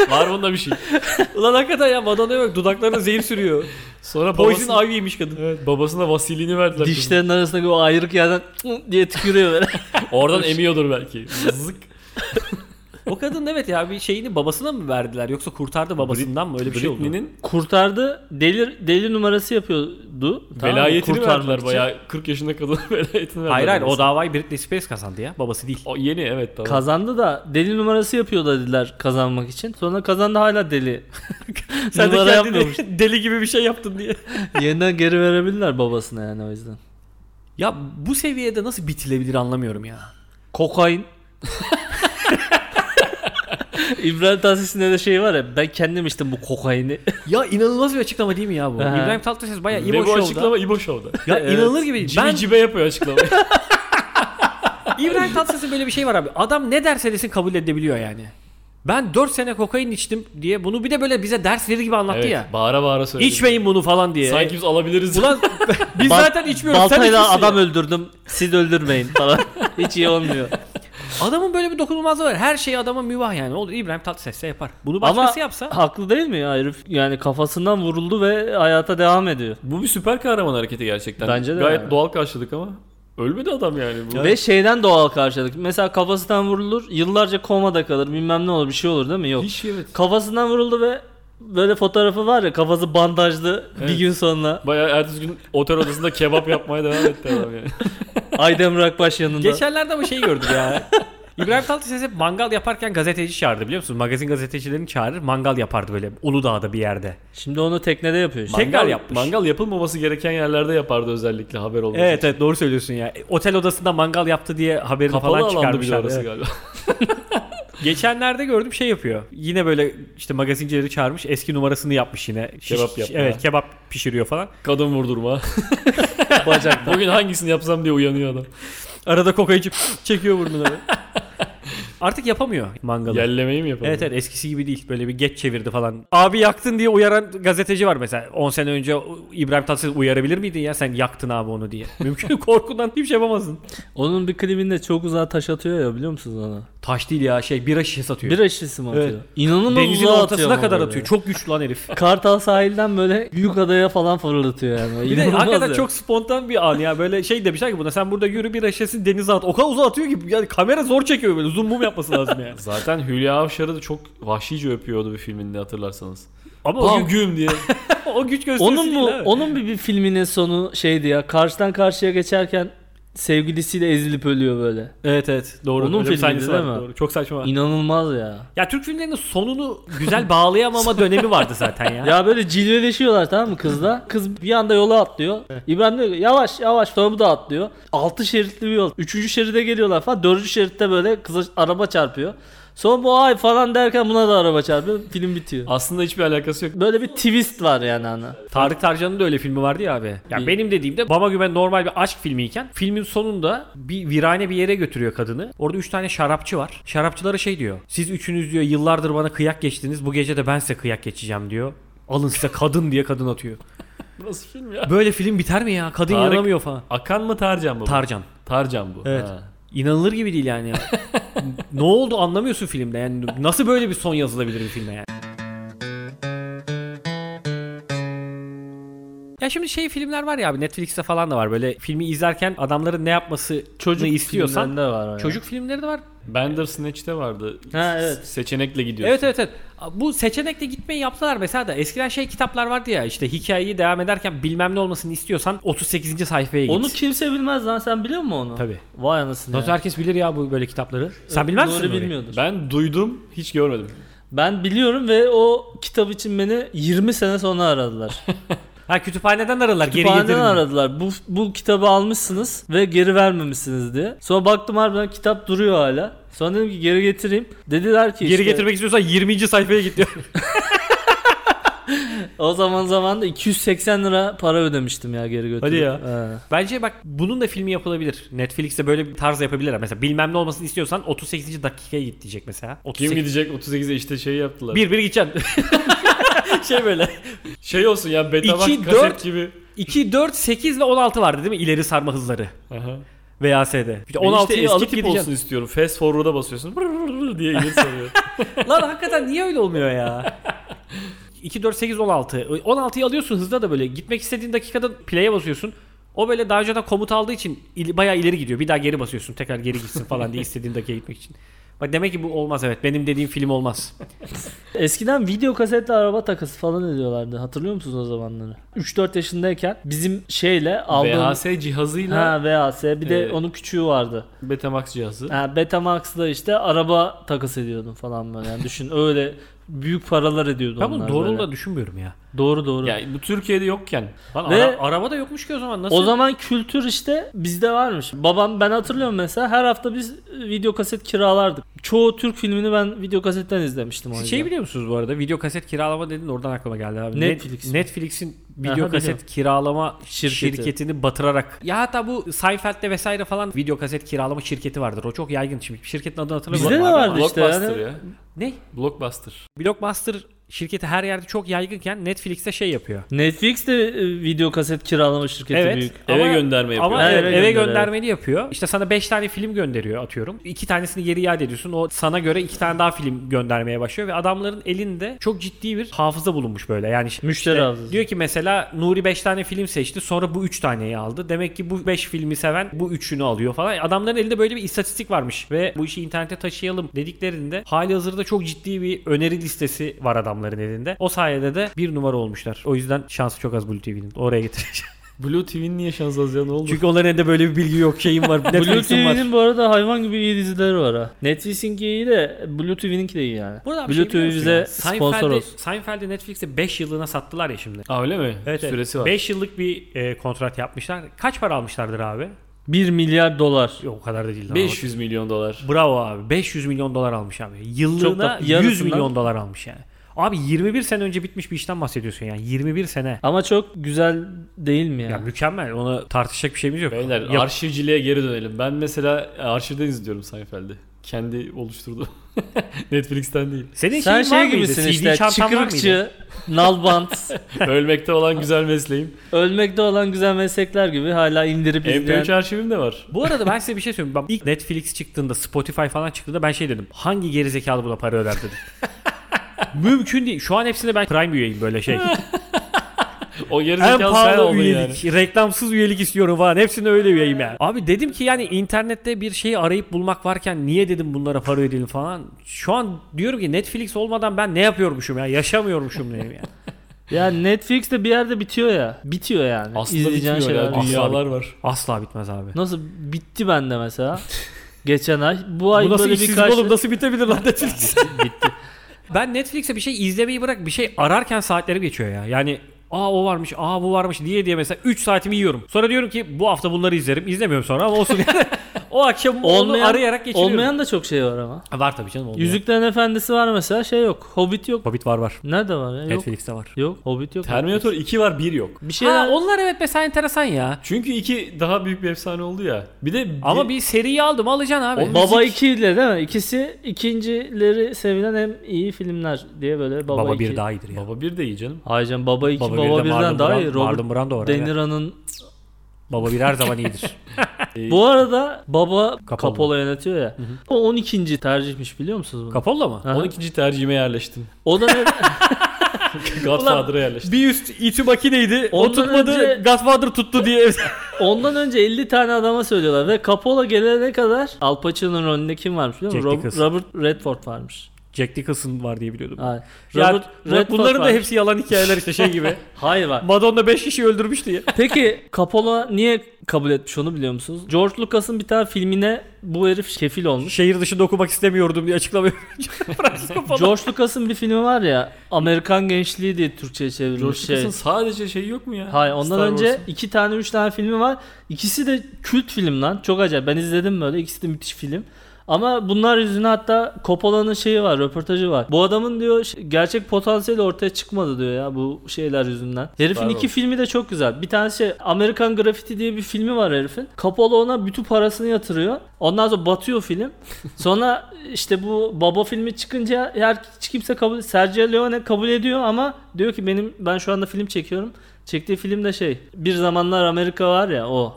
S2: var bunda bir şey.
S1: Ulan hakikaten ya Madonna'ya bak dudaklarına zehir sürüyor.
S2: Sonra
S1: Poison
S2: babasına,
S1: Ivy'ymiş kadın.
S2: evet, babasına vasilini verdiler. kızın.
S4: Dişlerin arasındaki o ayrık yerden diye tükürüyor böyle.
S2: Oradan emiyordur belki. Zık.
S1: O kadın evet ya bir şeyini babasına mı verdiler yoksa kurtardı babasından mı öyle bir şey oldu.
S2: Britney'nin
S4: Kurtardı. Deli deli numarası yapıyordu. Tamam mı?
S2: velayetini
S4: Kurtarmak
S2: verdiler
S4: için.
S2: bayağı. 40 yaşında kadın velayetini verdiler.
S1: Şey- Hayır hayır o
S2: babasına.
S1: davayı Britney Spears kazandı ya babası değil.
S2: O yeni evet tamam.
S4: Kazandı da deli numarası yapıyor dediler kazanmak için. Sonra kazandı hala deli.
S1: Sen de
S4: Numara
S1: kendini
S4: yapmamış.
S1: deli gibi bir şey yaptın diye.
S4: Yeniden geri verebilirler babasına yani o yüzden.
S1: Ya bu seviyede nasıl bitilebilir anlamıyorum ya.
S4: Kokain. İbrahim Tatlıses'in de şey var ya ben kendim içtim bu kokaini.
S1: Ya inanılmaz bir açıklama değil mi ya bu?
S4: Aha.
S1: İbrahim Tatlıses bayağı iyi
S2: Ve bu
S1: boş
S2: açıklama İbo Show'da.
S1: Ya
S4: Evet.
S1: inanılır gibi. değil.
S2: Cibi
S1: Ben
S2: cibe yapıyor açıklamayı.
S1: İbrahim Tatlıses'in böyle bir şey var abi. Adam ne derse desin kabul edebiliyor yani. Ben 4 sene kokain içtim diye bunu bir de böyle bize ders verir gibi anlattı
S2: evet,
S1: ya.
S2: bağıra bağıra söylüyor.
S1: İçmeyin bunu falan diye.
S2: Sanki biz alabiliriz.
S1: Ulan biz
S4: Bal-
S1: zaten içmiyoruz. sen
S4: Baltayla
S1: içmişsin
S4: adam
S1: ya.
S4: öldürdüm siz öldürmeyin falan. Hiç iyi olmuyor.
S1: Adamın böyle bir dokunulmazlığı var. Her şey adama mübah yani. O İbrahim Tatlıses'e yapar. Bunu başkası yapsa.
S4: haklı değil mi ya herif? Yani kafasından vuruldu ve hayata devam ediyor.
S2: Bu bir süper kahraman hareketi gerçekten.
S4: Bence de
S2: Gayet
S4: yani.
S2: doğal karşıladık ama ölmedi adam yani. Bu.
S4: Ve şeyden doğal karşıladık. Mesela kafasından vurulur, yıllarca komada kalır, bilmem ne olur, bir şey olur değil mi? Yok.
S2: Hiç evet.
S4: Kafasından vuruldu ve böyle fotoğrafı var ya kafası bandajlı bir
S2: Evet.
S4: gün sonra
S2: Bayağı ertesi gün otel odasında kebap yapmaya devam etti adam yani.
S4: Aydem Rakbaş yanında.
S1: Geçenlerde ama şey gördüm ya. İbrahim Tatlıses hep mangal yaparken gazeteci çağırdı biliyor musunuz? Magazin gazetecilerini çağırır mangal yapardı böyle Uludağ'da bir yerde.
S4: Şimdi onu teknede yapıyor işte.
S1: Tekrar
S2: Mangal-
S1: yapmış.
S2: Mangal yapılmaması gereken yerlerde yapardı özellikle haber olması.
S1: Evet
S2: için.
S1: evet doğru söylüyorsun ya. Otel odasında mangal yaptı diye haberini
S2: Kapalı
S1: falan
S2: alandı bir de
S1: çıkarmışlar.
S2: orası
S1: Evet.
S2: galiba.
S1: Geçenlerde gördüm şey yapıyor. Yine böyle işte magazincileri çağırmış. Eski numarasını yapmış yine. Şiş-
S2: Kebap yapma.
S1: Evet kebap pişiriyor falan.
S2: Kadın vurdurma. Bugün hangisini yapsam diye uyanıyor adam.
S1: Arada kokain çip- çekiyor burnuna. böyle. Artık yapamıyor mangalı.
S2: Yerlemeyi mi yapalım?
S1: Evet evet eskisi gibi değil. Böyle bir geç çevirdi falan. Abi yaktın diye uyaran gazeteci var mesela. 10 sene önce İbrahim Tatlıses uyarabilir miydin ya sen yaktın abi onu diye. Mümkün korkundan hiçbir şey yapamazsın.
S4: Onun bir klibinde çok uzağa taş atıyor ya biliyor musunuz ona?
S1: Taş değil ya şey bira şişesi atıyor.
S4: Bir şişesi mi atıyor?
S1: Evet.
S4: İnanılmaz
S1: Denizin
S4: uzağa
S1: ortasına
S4: ama
S1: kadar
S4: böyle.
S1: atıyor. Çok güçlü lan herif.
S4: Kartal sahilden böyle büyük adaya falan fırlatıyor yani.
S1: Bir de
S4: İnanılmaz
S1: hakikaten
S4: ya.
S1: çok spontan bir an ya. Böyle şey demişler ki buna sen burada yürü bir şişesi denize at. O kadar uzağa atıyor ki yani kamera zor çekiyor böyle. Zoom boom yapması lazım yani.
S2: Zaten Hülya Avşar'ı da çok vahşice öpüyordu bir filminde hatırlarsanız.
S1: Ama o,
S2: Bam
S1: gü-
S2: güm diye.
S1: o güç gösterisi
S4: Onun mu
S1: değil abi.
S4: onun bir, bir filminin sonu şeydi ya. Karşıdan karşıya geçerken sevgilisiyle ezilip ölüyor böyle.
S1: Evet evet doğru.
S4: Onun
S1: Öyle bir
S4: filmiydi
S1: sahnesi
S4: değil
S1: var,
S4: mi?
S1: Doğru. Çok saçma.
S4: İnanılmaz ya.
S1: ya Türk filmlerinin sonunu güzel bağlayamama dönemi vardı zaten ya.
S4: Ya böyle cilveleşiyorlar tamam mı kızla? Kız bir anda yola atlıyor. İbrahim diyor ki, yavaş yavaş sonra bu da atlıyor. Altı şeritli bir yol. Üçüncü şeride geliyorlar falan. Dördüncü şeritte böyle kıza araba çarpıyor. Sonra bu ay falan derken buna da araba çarpıyor. Film bitiyor.
S2: Aslında hiçbir alakası yok.
S4: Böyle bir twist var yani ana.
S1: Tarık Tarcan'ın da öyle filmi vardı ya abi. Ya
S4: Bir-
S1: benim dediğimde Baba Güven normal bir aşk filmiyken filmin sonunda bir virane bir yere götürüyor kadını. Orada 3 tane şarapçı var. Şarapçılara şey diyor. Siz üçünüz diyor yıllardır bana kıyak geçtiniz. Bu gece de ben size kıyak geçeceğim diyor. Alın size kadın diye kadın atıyor.
S2: Nasıl film ya?
S1: Böyle film biter mi ya? Kadın
S2: Tarık-
S1: inanamıyor falan.
S2: Akan mı Tarcan mı? bu?
S1: Tarcan.
S2: Tarcan bu.
S1: Evet.
S2: Ha.
S1: İnanılır gibi değil yani. ne oldu anlamıyorsun filmde yani nasıl böyle bir son yazılabilir bir filme yani. Ya şimdi şey filmler var ya abi Netflix'te falan da var böyle filmi izlerken adamların ne yapması çocuk istiyorsan
S4: Filmlerinde var o ya.
S1: çocuk filmleri de var.
S2: Bandersnatch'te vardı.
S4: Ha, evet.
S2: Seçenekle gidiyorsun.
S1: Evet evet evet. Bu seçenekle gitmeyi yaptılar mesela da eskiden şey kitaplar vardı ya işte hikayeyi devam ederken bilmem ne olmasını istiyorsan 38. sayfaya git.
S4: Onu kimse bilmez lan sen biliyor musun onu?
S1: Tabii.
S4: Vay anasını.
S1: Nasıl
S4: ya.
S1: herkes bilir ya bu böyle kitapları. Sen bilmez
S4: Nuri
S1: misin? Nuri?
S4: bilmiyordur. Ben...
S2: Ben duydum hiç görmedim.
S4: biliyorum ve o kitap için beni 20 sene sonra aradılar.
S1: Ha kütüphaneden aradılar. geri
S4: Kütüphaneden
S1: getirin.
S4: aradılar. Bu, bu kitabı almışsınız ve geri vermemişsiniz diye. Sonra baktım harbiden kitap duruyor hala. Sonra dedim ki geri getireyim. Dediler ki
S1: Geri
S4: işte,
S1: getirmek istiyorsan 20. sayfaya git diyor.
S4: O zaman zaman da 280 lira para ödemiştim ya geri götürüp.
S1: Hadi ya.
S4: He.
S1: Bence bak bunun da filmi yapılabilir. Netflix'te böyle bir tarz yapabilir. Mesela bilmem ne olmasını istiyorsan 38. dakikaya git diyecek mesela.
S2: Kim
S1: 38.
S2: gidecek 38'e işte şey yaptılar.
S1: Bir bir gideceksin. şey böyle.
S2: Şey olsun ya
S1: İki,
S2: Betamax
S1: dört.
S2: kaset gibi.
S1: 2, 4, 8 ve 16 vardı değil mi? İleri sarma hızları.
S2: Aha.
S1: VAS'de. Bir de
S2: Ben
S1: 16'yı
S2: işte
S1: alıp
S2: eski tip olsun
S1: gideceksin.
S2: istiyorum. Fast forward'a basıyorsun. Vır vır vır diye ileri sarıyor.
S1: Lan hakikaten niye öyle olmuyor ya? 2, 4, 8, 16. 16'yı alıyorsun hızla da böyle. Gitmek istediğin dakikada play'e basıyorsun. O böyle daha önceden komut aldığı için il- bayağı ileri gidiyor. Bir daha geri basıyorsun. Tekrar geri gitsin falan diye istediğin dakikaya gitmek için. Bak demek ki bu olmaz evet. Benim dediğim film olmaz.
S4: Eskiden video kasetle araba takası falan ediyorlardı. Hatırlıyor musunuz o zamanları? 3-4 yaşındayken bizim şeyle aldığım
S2: VHS cihazıyla
S4: Ha VHS bir de
S2: Ee,
S4: onun küçüğü vardı.
S2: Betamax cihazı.
S4: Ha Betamax'la işte araba takas ediyordun falan böyle. Yani düşün öyle büyük paralar ediyordun
S1: Ben bunu
S4: onlar
S1: doğru
S4: böyle.
S1: da düşünmüyorum ya.
S4: Doğru doğru.
S2: Yani bu Türkiye'de yokken.
S1: Lan
S4: Ve-
S1: ara- araba da yokmuş ki o zaman. Nasıl?
S4: O zaman kültür işte bizde varmış. Babam ben hatırlıyorum mesela her hafta biz video kaset kiralardık. Çoğu Türk filmini ben video kasetten izlemiştim o
S1: Siz
S4: yüzden.
S1: şey biliyor musunuz bu arada? Video kaset kiralama dedin oradan aklıma geldi abi.
S4: Netflix
S1: Net-
S4: mi?
S1: Netflix'in
S4: Aha,
S1: video
S4: biliyorum.
S1: kaset kiralama
S4: Şirketi.
S1: şirketini batırarak. Ya hatta bu Seinfeld'de vesaire falan video kaset kiralama şirketi vardır. O çok yaygın şimdi. Şirketin adını hatırlamıyorum.
S4: Bizde de
S1: abi ama-
S4: vardı işte.
S2: Blockbuster
S4: yani.
S2: ya.
S1: Ne?
S2: Blockbuster.
S1: Blockbuster şirketi her yerde çok yaygınken Netflix'te şey yapıyor.
S4: Netflix de e, video kaset kiralama şirketi
S1: Evet.
S4: büyük.
S2: Eve
S1: Ama-
S2: gönderme yapıyor.
S1: Ama
S4: Ha,
S1: eve,
S4: eve
S1: eve
S4: gönderiyor.
S1: göndermeli yapıyor. İşte sana 5 tane film gönderiyor atıyorum. 2 tanesini geri iade ediyorsun. O sana göre 2 tane daha film göndermeye başlıyor ve adamların elinde çok ciddi bir hafıza bulunmuş böyle. Yani işte
S4: Müşteri hafızası.
S1: Diyor ki mesela Nuri 5 tane film seçti. Sonra bu 3 taneyi aldı. Demek ki bu 5 filmi seven bu 3'ünü alıyor falan. Adamların elinde böyle bir istatistik varmış ve bu işi internete taşıyalım dediklerinde hali hazırda çok ciddi bir öneri listesi var adamların elinde. O sayede de bir numara olmuşlar. O yüzden şansı çok az Blue TV'nin. Oraya getireceğim.
S2: Blue TV'nin niye şans az ya ne oldu?
S1: Çünkü onların elinde böyle bir bilgi yok şeyim var.
S4: Blue
S1: Netflix'im var.
S4: TV'nin bu arada hayvan gibi iyi dizileri var ha. Netflix'inki iyi de Blue TV'ninki de iyi yani.
S1: Burada
S4: Blue TV bize sponsor olsun.
S1: Seinfeld'i Netflix'e 5 yıllığına sattılar ya şimdi.
S2: Aa öyle mi? Süresi var.
S1: 5 yıllık bir e, kontrat yapmışlar. Kaç para almışlardır abi?
S4: 1 milyar dolar.
S1: Yok o kadar da değil. lan.
S2: 500 milyon dolar.
S1: Bravo abi. 500 milyon dolar almış abi.
S4: Çok
S1: Yıllığına
S4: da
S1: 100
S4: yarısından-
S1: milyon dolar almış yani. Abi 21 sene önce bitmiş bir işten bahsediyorsun yani. 21 sene.
S4: Ama çok güzel değil mi ya?
S1: Ya mükemmel. Onu tartışacak bir şeyimiz yok.
S2: Beyler
S1: Yap-
S2: arşivciliğe geri dönelim. Ben mesela arşivden izliyorum Seinfeld'i. Kendi oluşturdu. Netflix'ten değil.
S1: Senin
S4: Sen
S1: şeyin var
S4: şey
S1: mıydı?
S4: gibisin
S1: CD
S4: işte
S1: çantan var mıydı?
S4: çıkırıkçı, nalbant,
S2: Ölmekte olan güzel mesleğim.
S4: ölmekte olan güzel meslekler gibi hala indirip izleyen.
S2: MP3 arşivim de var.
S1: Bu arada ben size bir şey söyleyeyim. Ben ilk Netflix çıktığında, Spotify falan çıktığında ben şey dedim. Hangi gerizekalı buna para öder dedim. Mümkün değil. Şu an hepsinde ben Prime üyeyim böyle şey.
S2: O
S1: en
S2: gerizekalı sen
S1: pahalı
S2: oldun yani.
S1: üyelik, reklamsız üyelik istiyorum falan. Hepsinde öyle üyeyim yani. Abi dedim ki yani internette bir şeyi arayıp bulmak varken niye dedim bunlara para ödeyelim falan. Şu an diyorum ki Netflix olmadan ben ne yapıyormuşum ya? Yaşamıyormuşum diyeyim yani.
S4: Ya Netflix de bir yerde bitiyor ya. Bitiyor yani.
S2: Aslında
S4: İzleyeceğin
S2: bitmiyor
S4: şeyler.
S2: ya.
S1: var.
S2: Dünyalar var.
S1: Asla bitmez abi.
S4: Nasıl bitti bende mesela. Geçen ay. Bu ay
S1: Bu nasıl
S4: böyle
S1: işsizlik
S4: birkaç...
S1: oğlum? Nasıl bitebilir lan Netflix? Ben Netflix'e bir şey izlemeyi bırak bir şey ararken saatlerim geçiyor ya. Yani aa o varmış aa bu varmış diye diye mesela 3 saatimi yiyorum. Sonra diyorum ki bu hafta bunları izlerim. İzlemiyorum sonra ama olsun. o akşam onu
S4: Olmayan,
S1: arayarak geçiriyorum.
S4: olmayan da çok şey var ama.
S1: Ha, Var tabii canım olmayan.
S4: Yüzüklerin Efendisi var mesela şey yok. Hobbit yok.
S1: Hobbit var var.
S4: Nerede var ya? Yok.
S1: Netflix'te var.
S4: Yok. Hobbit yok.
S2: Terminator 2 var 1 yok.
S4: Bir şey şeyler...
S1: Ha, onlar evet mesela enteresan ya.
S2: Çünkü 2 daha büyük bir efsane oldu ya. Bir de
S1: Ama bir seriyi aldım alacaksın abi.
S4: O Baba 2 ile değil mi? İkisi ikincileri sevilen hem iyi filmler diye böyle Baba,
S1: Baba
S4: 2.
S1: bir daha iyidir ya.
S2: Baba 1 de iyi canım.
S4: Hayır canım Baba 2 Baba,
S1: bir de
S4: 1'den
S1: Marlon
S4: daha iyi.
S1: Brando-
S4: Robert
S1: Marlon Brando var.
S4: De
S1: evet.
S4: Niro'nun
S1: Baba bir her zaman iyidir.
S4: Bu arada baba
S1: Kapalı.
S4: Coppola yönetiyor ya. O 12. tercihmiş biliyor musunuz bunu?
S1: Kapolla mı?
S4: Aha.
S2: 12. tercihime yerleştim.
S4: o da ne?
S2: Godfather'a yerleştim.
S1: Bir üst iti makineydi.
S4: Ondan önce-
S1: Godfather tuttu diye.
S4: ondan önce 50 tane adama söylüyorlar ve Coppola gelene kadar Al Pacino'nun rolünde kim varmış biliyor musun?
S1: Jack
S4: Rob-
S1: Nicholson.
S4: Robert Redford varmış.
S1: Jack Nicholson var diye biliyordum.
S4: Hayır.
S1: Ya,
S4: Robert
S1: bak
S4: Redford
S1: bunların da
S4: varmış.
S1: hepsi yalan hikayeler işte şey gibi.
S4: Hayır var.
S1: Madonna 5 kişi öldürmüş diye.
S4: Peki Coppola niye kabul etmiş onu biliyor musunuz? George Lucas'ın bir tane filmine bu herif kefil olmuş.
S1: Şehir dışında okumak istemiyordum diye açıklama yapınca Francis Coppola.
S4: George Lucas'ın bir filmi var ya Amerikan Gençliği diye Türkçe'ye
S2: George
S4: çevrilmiş şey.
S2: Lucas'ın sadece şeyi yok mu ya?
S4: Hayır ondan
S2: Star
S4: önce
S2: Wars'ın.
S4: iki tane üç tane filmi var. İkisi de kült film lan. Çok acayip. Ben izledim böyle. İkisi de müthiş film. Ama bunlar yüzüne hatta Coppola'nın şeyi var, röportajı var. Bu adamın diyor ş- gerçek potansiyeli ortaya çıkmadı diyor ya bu şeyler yüzünden. Herifin
S2: Var
S4: iki
S2: olsun.
S4: filmi de çok güzel. Bir tanesi şey, American Graffiti diye bir filmi var herifin. Coppola ona bütün parasını yatırıyor. Ondan sonra batıyor film. Sonra işte bu baba filmi çıkınca her hiç kimse kabul Sergio Leone kabul ediyor ama diyor ki benim ben şu anda film çekiyorum. Çektiği film de şey Bir Zamanlar Amerika var ya o.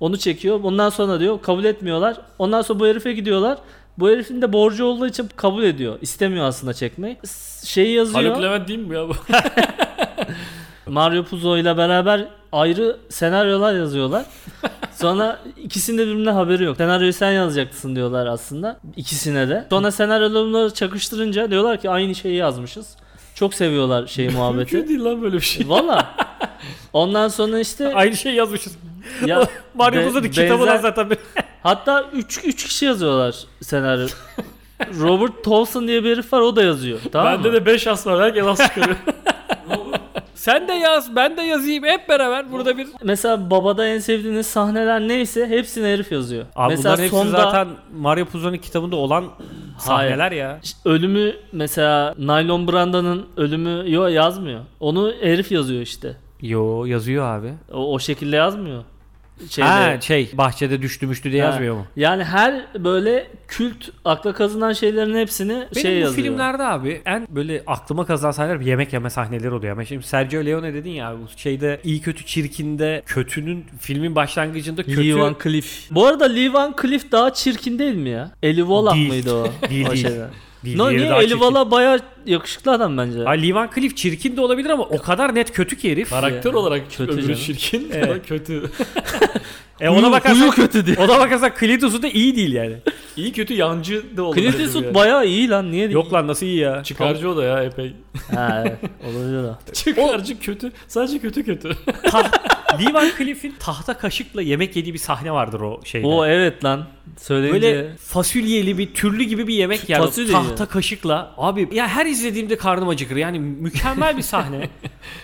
S4: Onu çekiyor. Ondan sonra diyor kabul etmiyorlar. Ondan sonra bu herife gidiyorlar. Bu herifin de borcu olduğu için kabul ediyor. İstemiyor aslında çekmeyi. S- Şeyi yazıyor.
S2: Haluk Levent değil mi bu ya? bu?
S4: Mario Puzo ile beraber ayrı senaryolar yazıyorlar. Sonra ikisinde birbirine haberi yok. Senaryoyu sen yazacaksın diyorlar aslında. İkisine de. Sonra senaryoları çakıştırınca diyorlar ki aynı şeyi yazmışız. Çok seviyorlar şeyi
S2: Mümkün
S4: muhabbeti.
S2: değil lan böyle bir şey.
S4: Valla. Ondan sonra işte
S1: Aynı şey yazmışız.
S4: ya,
S1: Mario
S4: Be-
S1: Puzo'nun kitabı
S4: benzer-
S1: lan zaten.
S4: hatta 3 3 kişi yazıyorlar senaryo. Robert Tolson diye bir herif var o da yazıyor. Tamam
S2: Bende
S4: mı?
S2: de 5 as var. Herkes as çıkarıyor.
S4: Şey,
S1: Sen de yaz, ben de yazayım hep beraber burada bir.
S4: Mesela babada en sevdiğiniz sahneler neyse hepsini herif yazıyor. Mesela
S1: Mario Puzo'nun kitabında olan ya.
S4: ölümü mesela Nylon Branda'nın ölümü yo yazmıyor. Onu herif yazıyor işte.
S1: Yo yazıyor abi.
S4: O, o şekilde yazmıyor. Şeyde-
S1: Ha şey bahçede düştümüştü diye
S4: Ha.
S1: yazmıyor mu?
S4: Yani her böyle kült akla kazınan şeylerin hepsini
S1: Benim bu
S4: şey yazıyor.
S1: filmlerde abi en böyle aklıma kazan sahneler yemek yeme sahneleri oluyor. Ama şimdi Sergio Leone dedin ya bu şeyde iyi kötü çirkinde kötünün filmin başlangıcında kötü
S4: Lee Van Cleef. Bu arada Lee Van Cleef daha çirkin değil mi ya? Eli Wallach
S1: Değil.
S4: mıydı o?
S1: Değil,
S4: o
S1: değil.
S4: şeyden.
S1: Değil,
S4: No,
S1: diğeri
S4: niye?
S1: daha
S4: Eli
S1: çirkin.
S4: Wallach bayağı yakışıklı adam bence.
S1: Ay Lee Van Cleef çirkin de olabilir ama o kadar net kötü ki herif.
S2: Karakter olarak
S4: Kötü
S2: kötü öbürü
S4: canım.
S2: şirkin. bu da
S1: Evet.
S2: kötü.
S1: E ona
S4: Huyu-
S1: bakarsan
S4: huyu kötü diye.
S1: ona bakarsan Clitus'u da iyi değil yani.
S2: İyi kötü yancı da olabilir.
S4: Clint Eastwood
S2: yani.
S4: bayağı iyi lan. Niye?
S1: Yok lan nasıl iyi ya?
S2: Çıkarcı o da ya epey.
S4: Ha, evet. Olabilir o.
S2: Çıkarcı kötü. Sadece kötü kötü.
S1: Lee Van Cleef'in tahta kaşıkla yemek yediği bir sahne vardır o şeyde.
S4: O evet lan. Söyleyince.
S1: Böyle fasulyeli bir türlü gibi bir yemek yer.
S4: Fasulye.
S1: Tahta kaşıkla. Abi ya her izlediğimde karnım acıkır. Yani mükemmel bir sahne.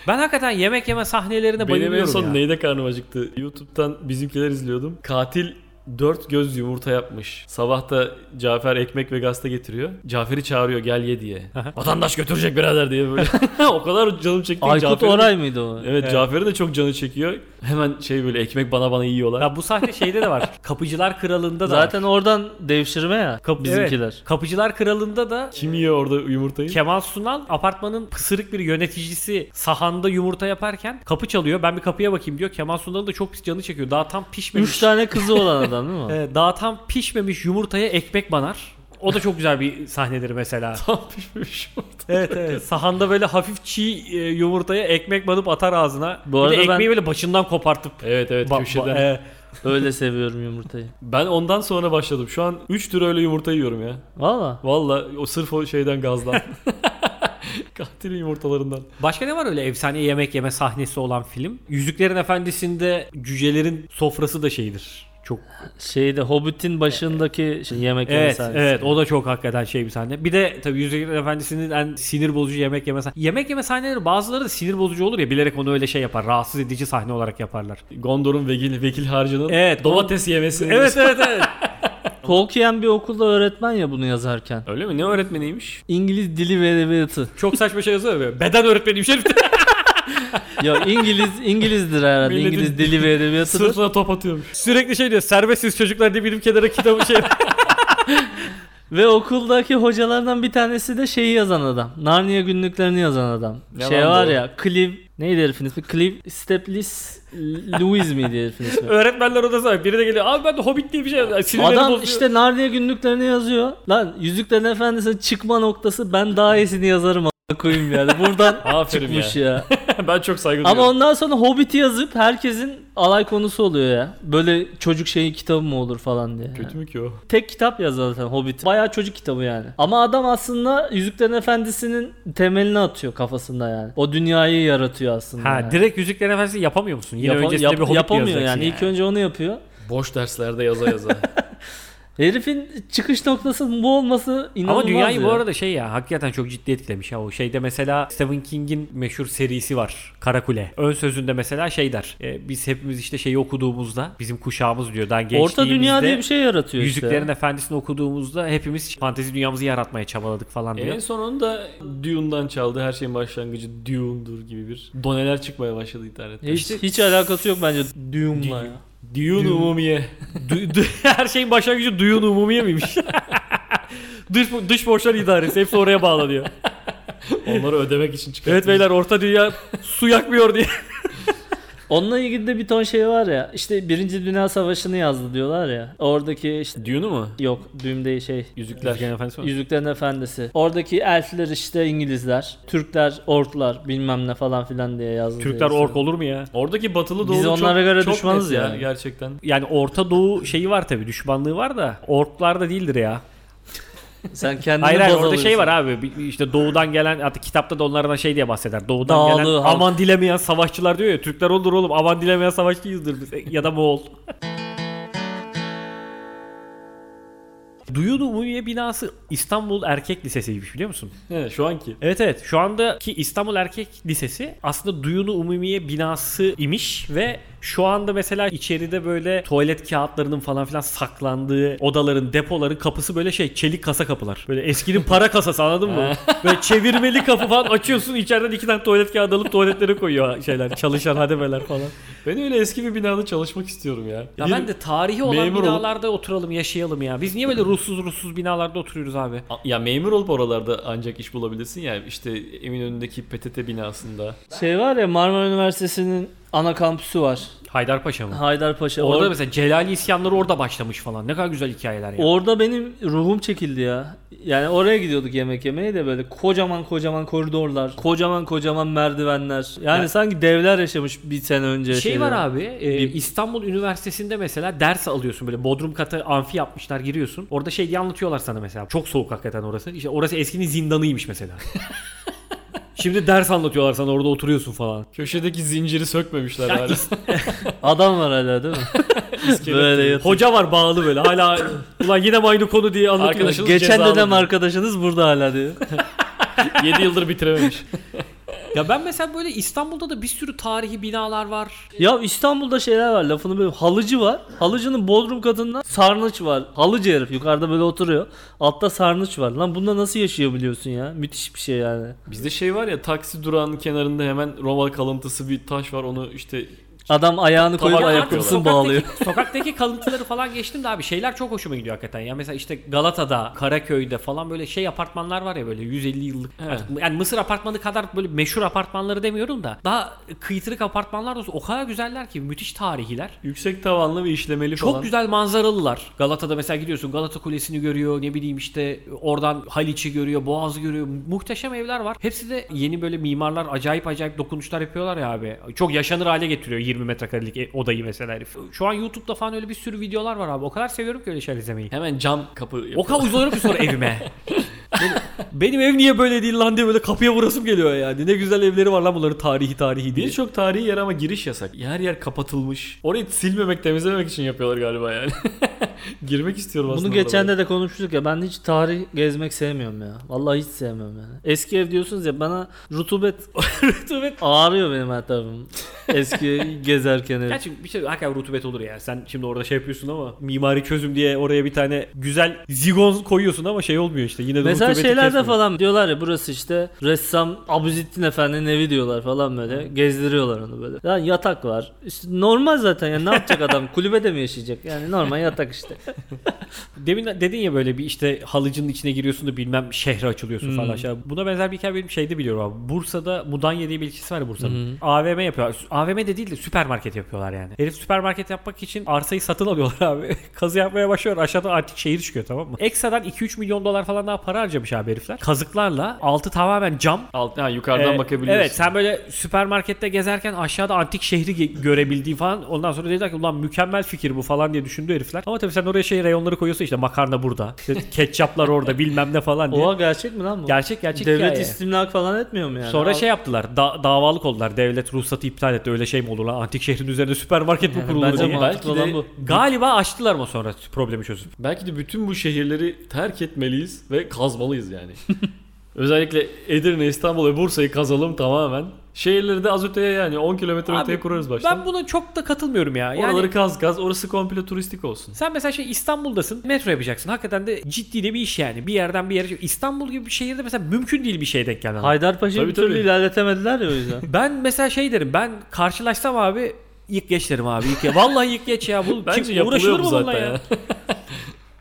S1: ben hakikaten yemek yeme sahnelerine
S2: Benim en
S1: bayılıyorum
S2: son
S1: ya.
S2: neyde karnım acıktı? YouTube'dan bizimkiler izliyordum. Katil dört göz yumurta yapmış. Sabah da Cafer ekmek ve gazete getiriyor. Cafer'i çağırıyor gel ye diye. Vatandaş götürecek birader diye böyle. o kadar canım çekti. ki
S4: Aykut
S2: Cafer'in-
S4: Oray mıydı o?
S2: Evet, Cafer'in de çok canı çekiyor. Hemen şey böyle ekmek bana bana yiyorlar.
S1: Ya bu sahne şeyde de var. Kapıcılar Kralı'nda da var.
S4: Zaten oradan devşirme ya
S1: Kap-
S4: bizimkiler.
S1: Evet, Kapıcılar Kralı'nda da
S2: Kim yiyor orada yumurtayı?
S1: Kemal Sunal apartmanın pısırık bir yöneticisi sahanda yumurta yaparken kapı çalıyor. Ben bir kapıya bakayım diyor. Kemal Sunal'ın da çok pis canı çekiyor. Daha tam pişmemiş.
S4: Üç tane kızı olan adam değil mi?
S1: Ee, daha tam pişmemiş yumurtaya ekmek banar. O da çok güzel bir sahnedir mesela.
S2: Tam pişmemiş yumurta.
S1: evet evet. Sahanda böyle hafif çiğ e, yumurtaya ekmek banıp atar ağzına.
S4: Bu
S1: Bu bir de
S4: arada ben-
S1: ekmeği böyle başından kopartıp.
S2: Evet evet
S1: Ba-
S2: köşeden.
S1: ba- e,
S4: Öyle seviyorum yumurtayı.
S2: Ben ondan sonra başladım. Şu an 3 tür öyle yumurta yiyorum ya.
S4: Valla.
S2: Valla o sırf o şeyden gazdan. Katilin yumurtalarından.
S1: Başka ne var öyle efsane yemek yeme sahnesi olan film? Yüzüklerin Efendisi'nde cücelerin sofrası da şeydir. Çok
S4: Şeyde Hobbit'in başındaki şey, yemek yeme
S1: Evet,
S4: sahnesi.
S1: evet o da çok hakikaten şey bir sahne. Bir de tabii Yüzüklerin Efendisi'nin en sinir bozucu yemek yeme sahne. Yemek yeme sahneleri bazıları da sinir bozucu olur ya bilerek onu öyle şey yapar. Rahatsız edici sahne olarak yaparlar.
S2: Gondor'un vekil, vekil harcının
S1: Evet,
S2: domates yemesi.
S1: Evet evet evet.
S4: Tolkien bir okulda öğretmen ya bunu yazarken.
S2: Öyle mi? Ne öğretmeniymiş?
S4: İngiliz dili ve edebiyatı.
S1: Çok saçma şey yazıyor ya. Beden şey öğretmeniyim herif.
S4: ya İngiliz İngilizdir herhalde.
S2: Milletin
S4: İngiliz dili ve edebiyatıdır.
S2: Sırtına top atıyormuş.
S1: Sürekli şey diyor. Serbestsiz çocuklar diye benim kenara kitabı şey.
S4: Ve okuldaki hocalardan bir tanesi de şeyi yazan adam. Narnia günlüklerini yazan adam.
S2: Yalan
S4: şey var
S2: doğru.
S4: ya Clive neydi herifin ismi? Clive Steplis Lewis miydi herifin ismi?
S1: Öğretmenler odası var. Biri de geliyor. Abi ben de Hobbit diye bir şey yazıyorum. Sinirleri
S4: Adam
S1: bozuyor.
S4: işte Narnia günlüklerini yazıyor. Lan Yüzüklerin Efendisi'nin çıkma noktası ben daha iyisini yazarım a**a koyayım yani. Buradan
S2: Aferin ya.
S4: çıkmış ya.
S2: ben çok saygı duyuyorum.
S4: Ama ondan sonra Hobbit'i yazıp herkesin alay konusu oluyor ya. Böyle çocuk şeyi kitabı mı olur falan diye.
S2: Kötü mü ki o?
S4: Tek kitap ya zaten Hobbit. Bayağı çocuk kitabı yani. Ama adam aslında Yüzüklerin Efendisi'nin temelini atıyor kafasında yani. O dünyayı yaratıyor aslında.
S1: Ha
S4: yani.
S1: direkt Yüzüklerin Efendisi yapamıyor musun? Yine
S4: Yapa-
S1: öncesinde
S4: yap-
S1: bir Hobbit
S4: yapamıyor
S1: yazacaksın
S4: yani. İlk önce onu yapıyor.
S2: Boş derslerde yaza yaza.
S4: Herifin çıkış noktası bu olması inanılmaz.
S1: Ama dünyayı
S4: ya.
S1: bu arada şey ya hakikaten çok ciddi etkilemiş ya o şeyde mesela Stephen King'in meşhur serisi var Karakule. Ön sözünde mesela şey der. e, biz hepimiz işte şeyi okuduğumuzda bizim kuşağımız diyor. Daha
S4: Orta dünya diye bir şey yaratıyor
S1: Yüzüklerin
S4: işte.
S1: Efendisi'ni okuduğumuzda hepimiz fantezi dünyamızı yaratmaya çabaladık falan diyor.
S2: en sonunda Dune'dan çaldı. Her şeyin başlangıcı Dune'dur gibi bir doneler çıkmaya başladı internette.
S4: Hiç, hiç alakası yok bence Dune'la ya.
S2: Dune umumiye.
S1: Du- du- her şeyin başlangıcı duyun umumiye miymiş? dış, dış borçlar idaresi hepsi oraya bağlanıyor.
S2: Onları ödemek için çıkarttı.
S1: evet beyler orta dünya su yakmıyor diye.
S4: Onunla ilgili de bir ton şey var ya. İşte Birinci Dünya Savaşı'nı yazdı diyorlar ya. Oradaki işte
S2: Dune'u mu?
S4: yok düğüm değil şey
S2: Yüzükler.
S4: Yüzüklerin Efendisi. Oradaki elfler işte İngilizler, Türkler, Orklar bilmem ne falan filan diye yazdı.
S1: Türkler
S4: diyorsun.
S1: ork olur mu ya?
S2: Oradaki batılı doğu
S4: Biz
S2: çok,
S4: onlara göre
S2: çok
S4: düşmanız
S2: net ya.
S4: yani.
S2: Gerçekten.
S1: Yani Orta Doğu şeyi var tabi düşmanlığı var da orklar da değildir ya.
S4: Sen kendini
S1: Hayır hayır
S4: baz
S1: orada şey
S4: alıyorsun.
S1: var abi bir- işte doğudan gelen hatta kitapta da onlardan şey diye bahseder. Doğudan
S4: Dağlı
S1: gelen
S4: halk.
S1: aman dilemeyen savaşçılar diyor ya Türkler olur oğlum aman dilemeyen savaşçıyızdır biz E, ya da Moğol. Duyun Umumiye binası İstanbul Erkek Lisesi'ymiş biliyor musun?
S2: Evet şu anki.
S1: Evet evet şu andaki İstanbul Erkek Lisesi aslında Duyunu Umumiye binası imiş ve şu anda mesela içeride böyle tuvalet kağıtlarının falan filan saklandığı odaların depoların kapısı böyle şey çelik kasa kapılar. Böyle eskinin para kasası anladın mı? Böyle çevirmeli kapı falan açıyorsun içeriden iki tane tuvalet kağıdı alıp tuvaletlere koyuyor şeyler çalışan hademeler falan.
S2: Ben öyle eski bir binada çalışmak istiyorum ya.
S1: Ya
S2: Bir-
S1: ben de tarihi olan
S2: memur olup-
S1: binalarda oturalım yaşayalım ya. Biz niye böyle ruhsuz ruhsuz binalarda oturuyoruz abi?
S2: A- Ya memur olup oralarda ancak iş bulabilirsin ya. İşte Eminönü'ndeki PTT binasında.
S4: Şey var ya Marmara Üniversitesi'nin ana kampüsü var.
S1: Haydarpaşa mı?
S4: Haydarpaşa.
S1: Orada
S4: Or-
S1: mesela Celali isyanları orada başlamış falan. Ne kadar güzel hikayeler ya.
S4: Orada benim ruhum çekildi ya. Yani oraya gidiyorduk yemek yemeye de böyle kocaman kocaman koridorlar, kocaman kocaman merdivenler. Yani
S1: Ya-
S4: sanki devler yaşamış bir sene önce.
S1: şey
S4: şeyler.
S1: var abi e, İstanbul Üniversitesi'nde mesela ders alıyorsun böyle bodrum katı amfi yapmışlar giriyorsun. Orada şey diye anlatıyorlar sana mesela. Çok soğuk hakikaten orası. İşte orası eskinin zindanıymış mesela. Şimdi ders anlatıyorlar sana orada oturuyorsun falan.
S2: Köşedeki zinciri sökmemişler hala.
S4: Adam var hala değil mi? böyle yatıyor.
S1: Hoca var bağlı böyle hala ulan yine aynı konu diye anlatıyor.
S2: Arkadaşınız
S4: Geçen
S2: cezalı
S4: dönem
S2: diyor.
S4: arkadaşınız burada hala diyor.
S2: 7 yıldır bitirememiş.
S1: Ya ben mesela böyle İstanbul'da da bir sürü tarihi binalar var.
S4: Ya İstanbul'da şeyler var lafını böyle halıcı var. Halıcının bodrum katında sarnıç var. Halıcı herif yukarıda böyle oturuyor. Altta sarnıç var. Lan bunda nasıl yaşayabiliyorsun ya? Müthiş bir şey yani.
S2: Bizde şey var ya taksi durağının kenarında hemen Roma kalıntısı bir taş var onu işte
S4: Adam ayağını koyup
S2: Tabak
S4: ayakkabısını
S1: sokaktaki-
S4: bağlıyor.
S1: Sokaktaki kalıntıları falan geçtim de abi şeyler çok hoşuma gidiyor hakikaten. Ya mesela işte Galata'da, Karaköy'de falan böyle şey apartmanlar var ya böyle 150 yıllık.
S2: Evet.
S1: Yani Mısır apartmanı kadar böyle meşhur apartmanları demiyorum da daha kıytırık apartmanlar da olsa o kadar güzeller ki müthiş tarihiler.
S2: yüksek tavanlı ve işlemeli
S1: Çok
S2: falan.
S1: güzel manzaralılar. Galata'da mesela gidiyorsun Galata Kulesi'ni görüyor ne bileyim işte oradan Haliç'i görüyor, Boğaz'ı görüyor. Muhteşem evler var. Hepsi de yeni böyle mimarlar acayip acayip dokunuşlar yapıyorlar ya abi. Çok yaşanır hale getiriyor 20 metrekarelik e- odayı mesela herif. Şu an YouTube'da falan öyle bir sürü videolar var abi. O kadar seviyorum ki öyle şeyler izlemeyi.
S2: Hemen cam kapı yapıyor.
S1: O kadar uzanıyorum ki sonra evime. Benim ev niye böyle değil lan diye böyle kapıya vurasım geliyor yani. Ne güzel evleri var lan bunların tarihi tarihi diye.
S2: Birçok tarihi yer ama giriş yasak. Yer yer kapatılmış. Orayı silmemek, temizlememek için yapıyorlar galiba yani. Girmek istiyorum aslında.
S4: Bunu geçen de de konuşmuştuk ya ben hiç tarih gezmek sevmiyorum ya. Vallahi hiç sevmiyorum yani. Eski ev diyorsunuz ya bana rutubet rutubet ağrıyor benim her tarafım. Eski gezerken ev.
S1: Ya çünkü bir şey hakikaten rutubet olur yani. Sen şimdi orada şey yapıyorsun ama mimari çözüm diye oraya bir tane güzel zigon koyuyorsun ama şey olmuyor işte. Yine de
S4: Mesela
S1: rutubeti
S4: şeylerde
S1: kesmiyor.
S4: falan diyorlar ya burası işte ressam Abuzettin Efendi'nin evi diyorlar falan böyle. Gezdiriyorlar onu böyle. Lan yatak var. İşte normal zaten ya ne yapacak adam kulübede mi yaşayacak? Yani normal yatak işte.
S1: Demin dedin ya böyle bir işte halıcının içine giriyorsun da bilmem şehre açılıyorsun falan. Şey. Buna benzer bir hikaye benim şeyde biliyorum abi. Bursa'da Mudanya diye bir ilçesi var ya Bursa'nın. AVM yapıyorlar. Sü- AVM de değil de süpermarket yapıyorlar yani. Herif süpermarket yapmak için arsayı satın alıyorlar abi. Kazı yapmaya başlıyor. Aşağıda artık şehir çıkıyor tamam mı? Ekstradan 2-3 milyon dolar falan daha para harcamış abi herifler. Kazıklarla altı tamamen cam.
S2: Alt, ha, yukarıdan
S1: Ee,
S2: bakabiliyorsun.
S1: Evet sen böyle süpermarkette gezerken aşağıda antik şehri ge- görebildiğin falan ondan sonra dediler ki ulan mükemmel fikir bu falan diye düşündü herifler. Ama tabii sen oraya şey reyonları koyuyorsun işte makarna burada, işte ketçaplar orada bilmem ne falan diye.
S4: Oha gerçek mi lan bu?
S1: gerçek gerçek
S4: Devlet
S1: hikaye.
S4: istimlak falan etmiyor mu yani?
S1: Sonra
S4: Al-
S1: şey yaptılar da- davalık oldular devlet ruhsatı iptal etti öyle şey mi olur lan antik şehrin üzerine süpermarket mi kurulur
S4: bence
S1: diye.
S4: mantıklı
S2: Belki de-
S4: olan bu.
S1: Galiba açtılar mı sonra problemi çözüp.
S2: Belki de bütün bu şehirleri terk etmeliyiz ve kazmalıyız yani. Özellikle Edirne, İstanbul ve Bursa'yı kazalım tamamen. Şehirleri de az öteye yani 10 kilometre
S1: Abi,
S2: öteye kurarız baştan.
S1: Ben buna çok da katılmıyorum ya. Yani
S2: Oraları kaz kaz, orası komple turistik olsun.
S1: Sen mesela şey İstanbul'dasın metro yapacaksın. Hakikaten de ciddi de bir iş yani. Bir yerden bir yere. İstanbul gibi bir şehirde mesela mümkün değil bir şey denk gelmen.
S4: Haydarpaşa'yı
S2: Tabii,
S4: bir türlü
S2: tabii.
S4: ilerletemediler ya o yüzden.
S1: Ben mesela şey derim ben karşılaşsam abi ilk geç derim abi. Ilk Vallahi ilk geç ya. Bu,
S2: Bence
S1: kim,
S2: yapılıyor
S1: uğraşılır
S2: bu
S1: mı bununla
S2: zaten
S1: ya?
S2: ya.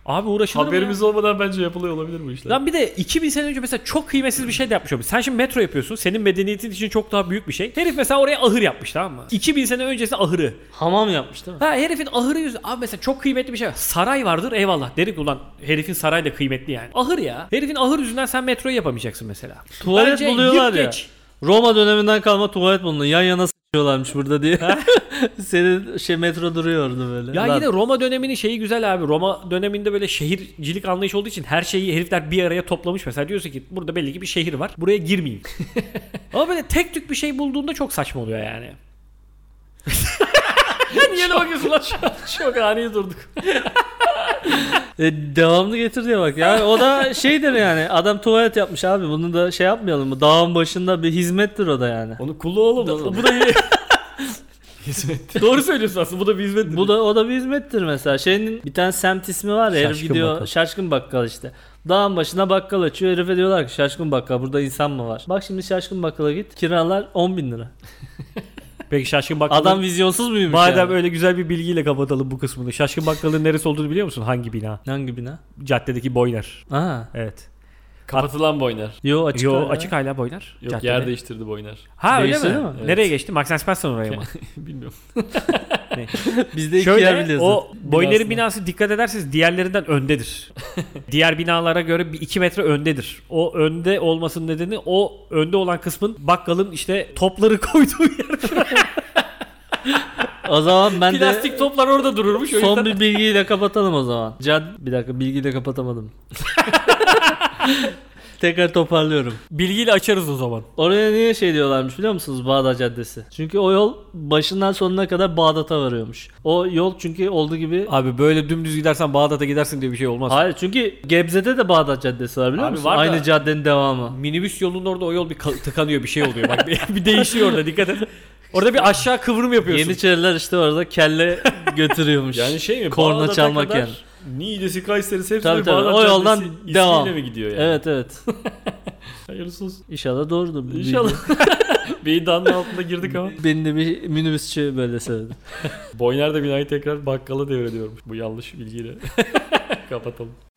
S1: Abi uğraşılır mı
S2: Haberimiz olmadan bence yapılıyor olabilir bu
S1: ya?
S2: işler.
S1: Lan bir de 2000 sene önce mesela çok kıymetsiz bir şey de yapmış olmuş. Sen şimdi metro yapıyorsun. Senin medeniyetin için çok daha büyük bir şey. Herif mesela oraya ahır yapmış tamam mı? 2000 sene öncesi ahırı.
S4: Hamam yapmış değil mi?
S1: Ha herifin ahırı yüzü. Abi mesela çok kıymetli bir şey. var. Saray vardır eyvallah. Derim ki ulan herifin saray da kıymetli yani. Ahır ya. Herifin ahır yüzünden sen metroyu yapamayacaksın mesela.
S4: Tuvalet
S1: Bence
S4: buluyorlar
S1: yık
S4: ya.
S1: geç.
S4: Roma döneminden kalma tuvalet bulunuyor. Yan yana s**yorlarmış burada diye. Senin şey metro duruyordu böyle.
S1: Ya
S4: Lan,
S1: yine Roma döneminin şeyi güzel abi. Roma döneminde böyle şehircilik anlayışı olduğu için her şeyi herifler bir araya toplamış. Mesela diyorsun ki burada belli ki bir şehir var. Buraya girmeyeyim. Ama böyle tek tük bir şey bulduğunda çok saçma oluyor yani.
S2: Niye ne bakıyorsun lan? Çok ani durduk.
S4: e, devamlı getir diye bak. Yani o da şeydir yani. Adam tuvalet yapmış abi. Bunu da şey yapmayalım mı? Dağın başında bir hizmettir o da yani.
S2: Onu kullu oğlum. Bu da hizmet. Doğru söylüyorsun aslında. Bu da bir hizmet.
S4: Bu da o da bir hizmettir mesela. Şeyin bir tane semt ismi var ya. herif
S1: Şaşkın
S4: gidiyor
S1: bakkal.
S4: şaşkın bakkal işte. Dağın başına bakkal açıyor. Herife diyorlar ki şaşkın bakkal burada insan mı var? Bak şimdi şaşkın bakkala git. Kiralar 10 bin lira.
S1: Peki şaşkın bakkalın... şey
S4: Adam vizyonsuz muymuş
S1: Madem
S4: yani?
S1: öyle güzel bir bilgiyle kapatalım bu kısmını. Şaşkın bakkalın neresi olduğunu biliyor musun? Hangi bina?
S4: Hangi bina?
S1: Caddedeki Boyner.
S4: Aa.
S1: Evet.
S2: Kapatılan Boyner.
S4: Yo açık.
S1: Yo
S4: hala.
S1: açık hala Boyner.
S2: Yok
S1: Caddede.
S2: yer değiştirdi Boyner.
S1: Ha öyle mi?
S4: Değişti değil mi?
S1: Nereye geçti? Max and Spencer oraya mı?
S2: Bilmiyorum.
S4: Biz de iki yer
S1: Şöyle
S4: biliyoruz.
S1: o Boyner'in
S4: Binasını.
S1: binası dikkat ederseniz diğerlerinden öndedir. Diğer binalara göre bir 2 metre öndedir. O önde olmasının nedeni o önde olan kısmın bakkalın işte topları koyduğu yer.
S4: O zaman ben de
S1: Plastik toplar orada dururmuş. o
S4: son
S1: yüzden-
S4: bir bilgiyi de kapatalım o zaman. Cad bir dakika bilgiyi de kapatamadım. Tekrar toparlıyorum.
S1: bilgiyle açarız o zaman.
S4: Oraya niye şey diyorlarmış biliyor musunuz Bağdat Caddesi? Çünkü o yol başından sonuna kadar Bağdat'a varıyormuş. O yol çünkü olduğu gibi
S1: Abi böyle dümdüz gidersen Bağdat'a gidersin diye bir şey olmaz.
S4: Hayır çünkü Gebze'de de Bağdat Caddesi var biliyor
S1: Abi
S4: musun?
S1: var da-
S4: Aynı caddenin devamı.
S1: Minibüs yolunun orada o yol bir ka- tıkanıyor bir şey oluyor. Bak bir, bir değişiyor orada dikkat et. Orada bir aşağı kıvrım yapıyorsun.
S4: Yeniçeriler işte orada kelle götürüyormuş.
S2: Yani şey mi?
S4: Korna
S2: Bağdat'a
S4: çalmak
S2: kadar
S4: yani.
S2: Niğde'si, Kayseri'si hepsi
S4: Tabii,
S2: tabii,
S4: tabii.
S2: Bağdat
S4: O yoldan
S2: Caddesi ismiyle
S4: devam.
S2: mi gidiyor yani?
S4: Evet evet.
S2: Hayırlısı olsun.
S4: İnşallah doğrudur. bu bilgi.
S2: İnşallah. bir iddianın altında girdik ama.
S4: Beni de bir minibüsçü böyle söyledi.
S2: Boyner de binayı tekrar bakkala devrediyormuş. Bu yanlış bilgiyle. Kapatalım.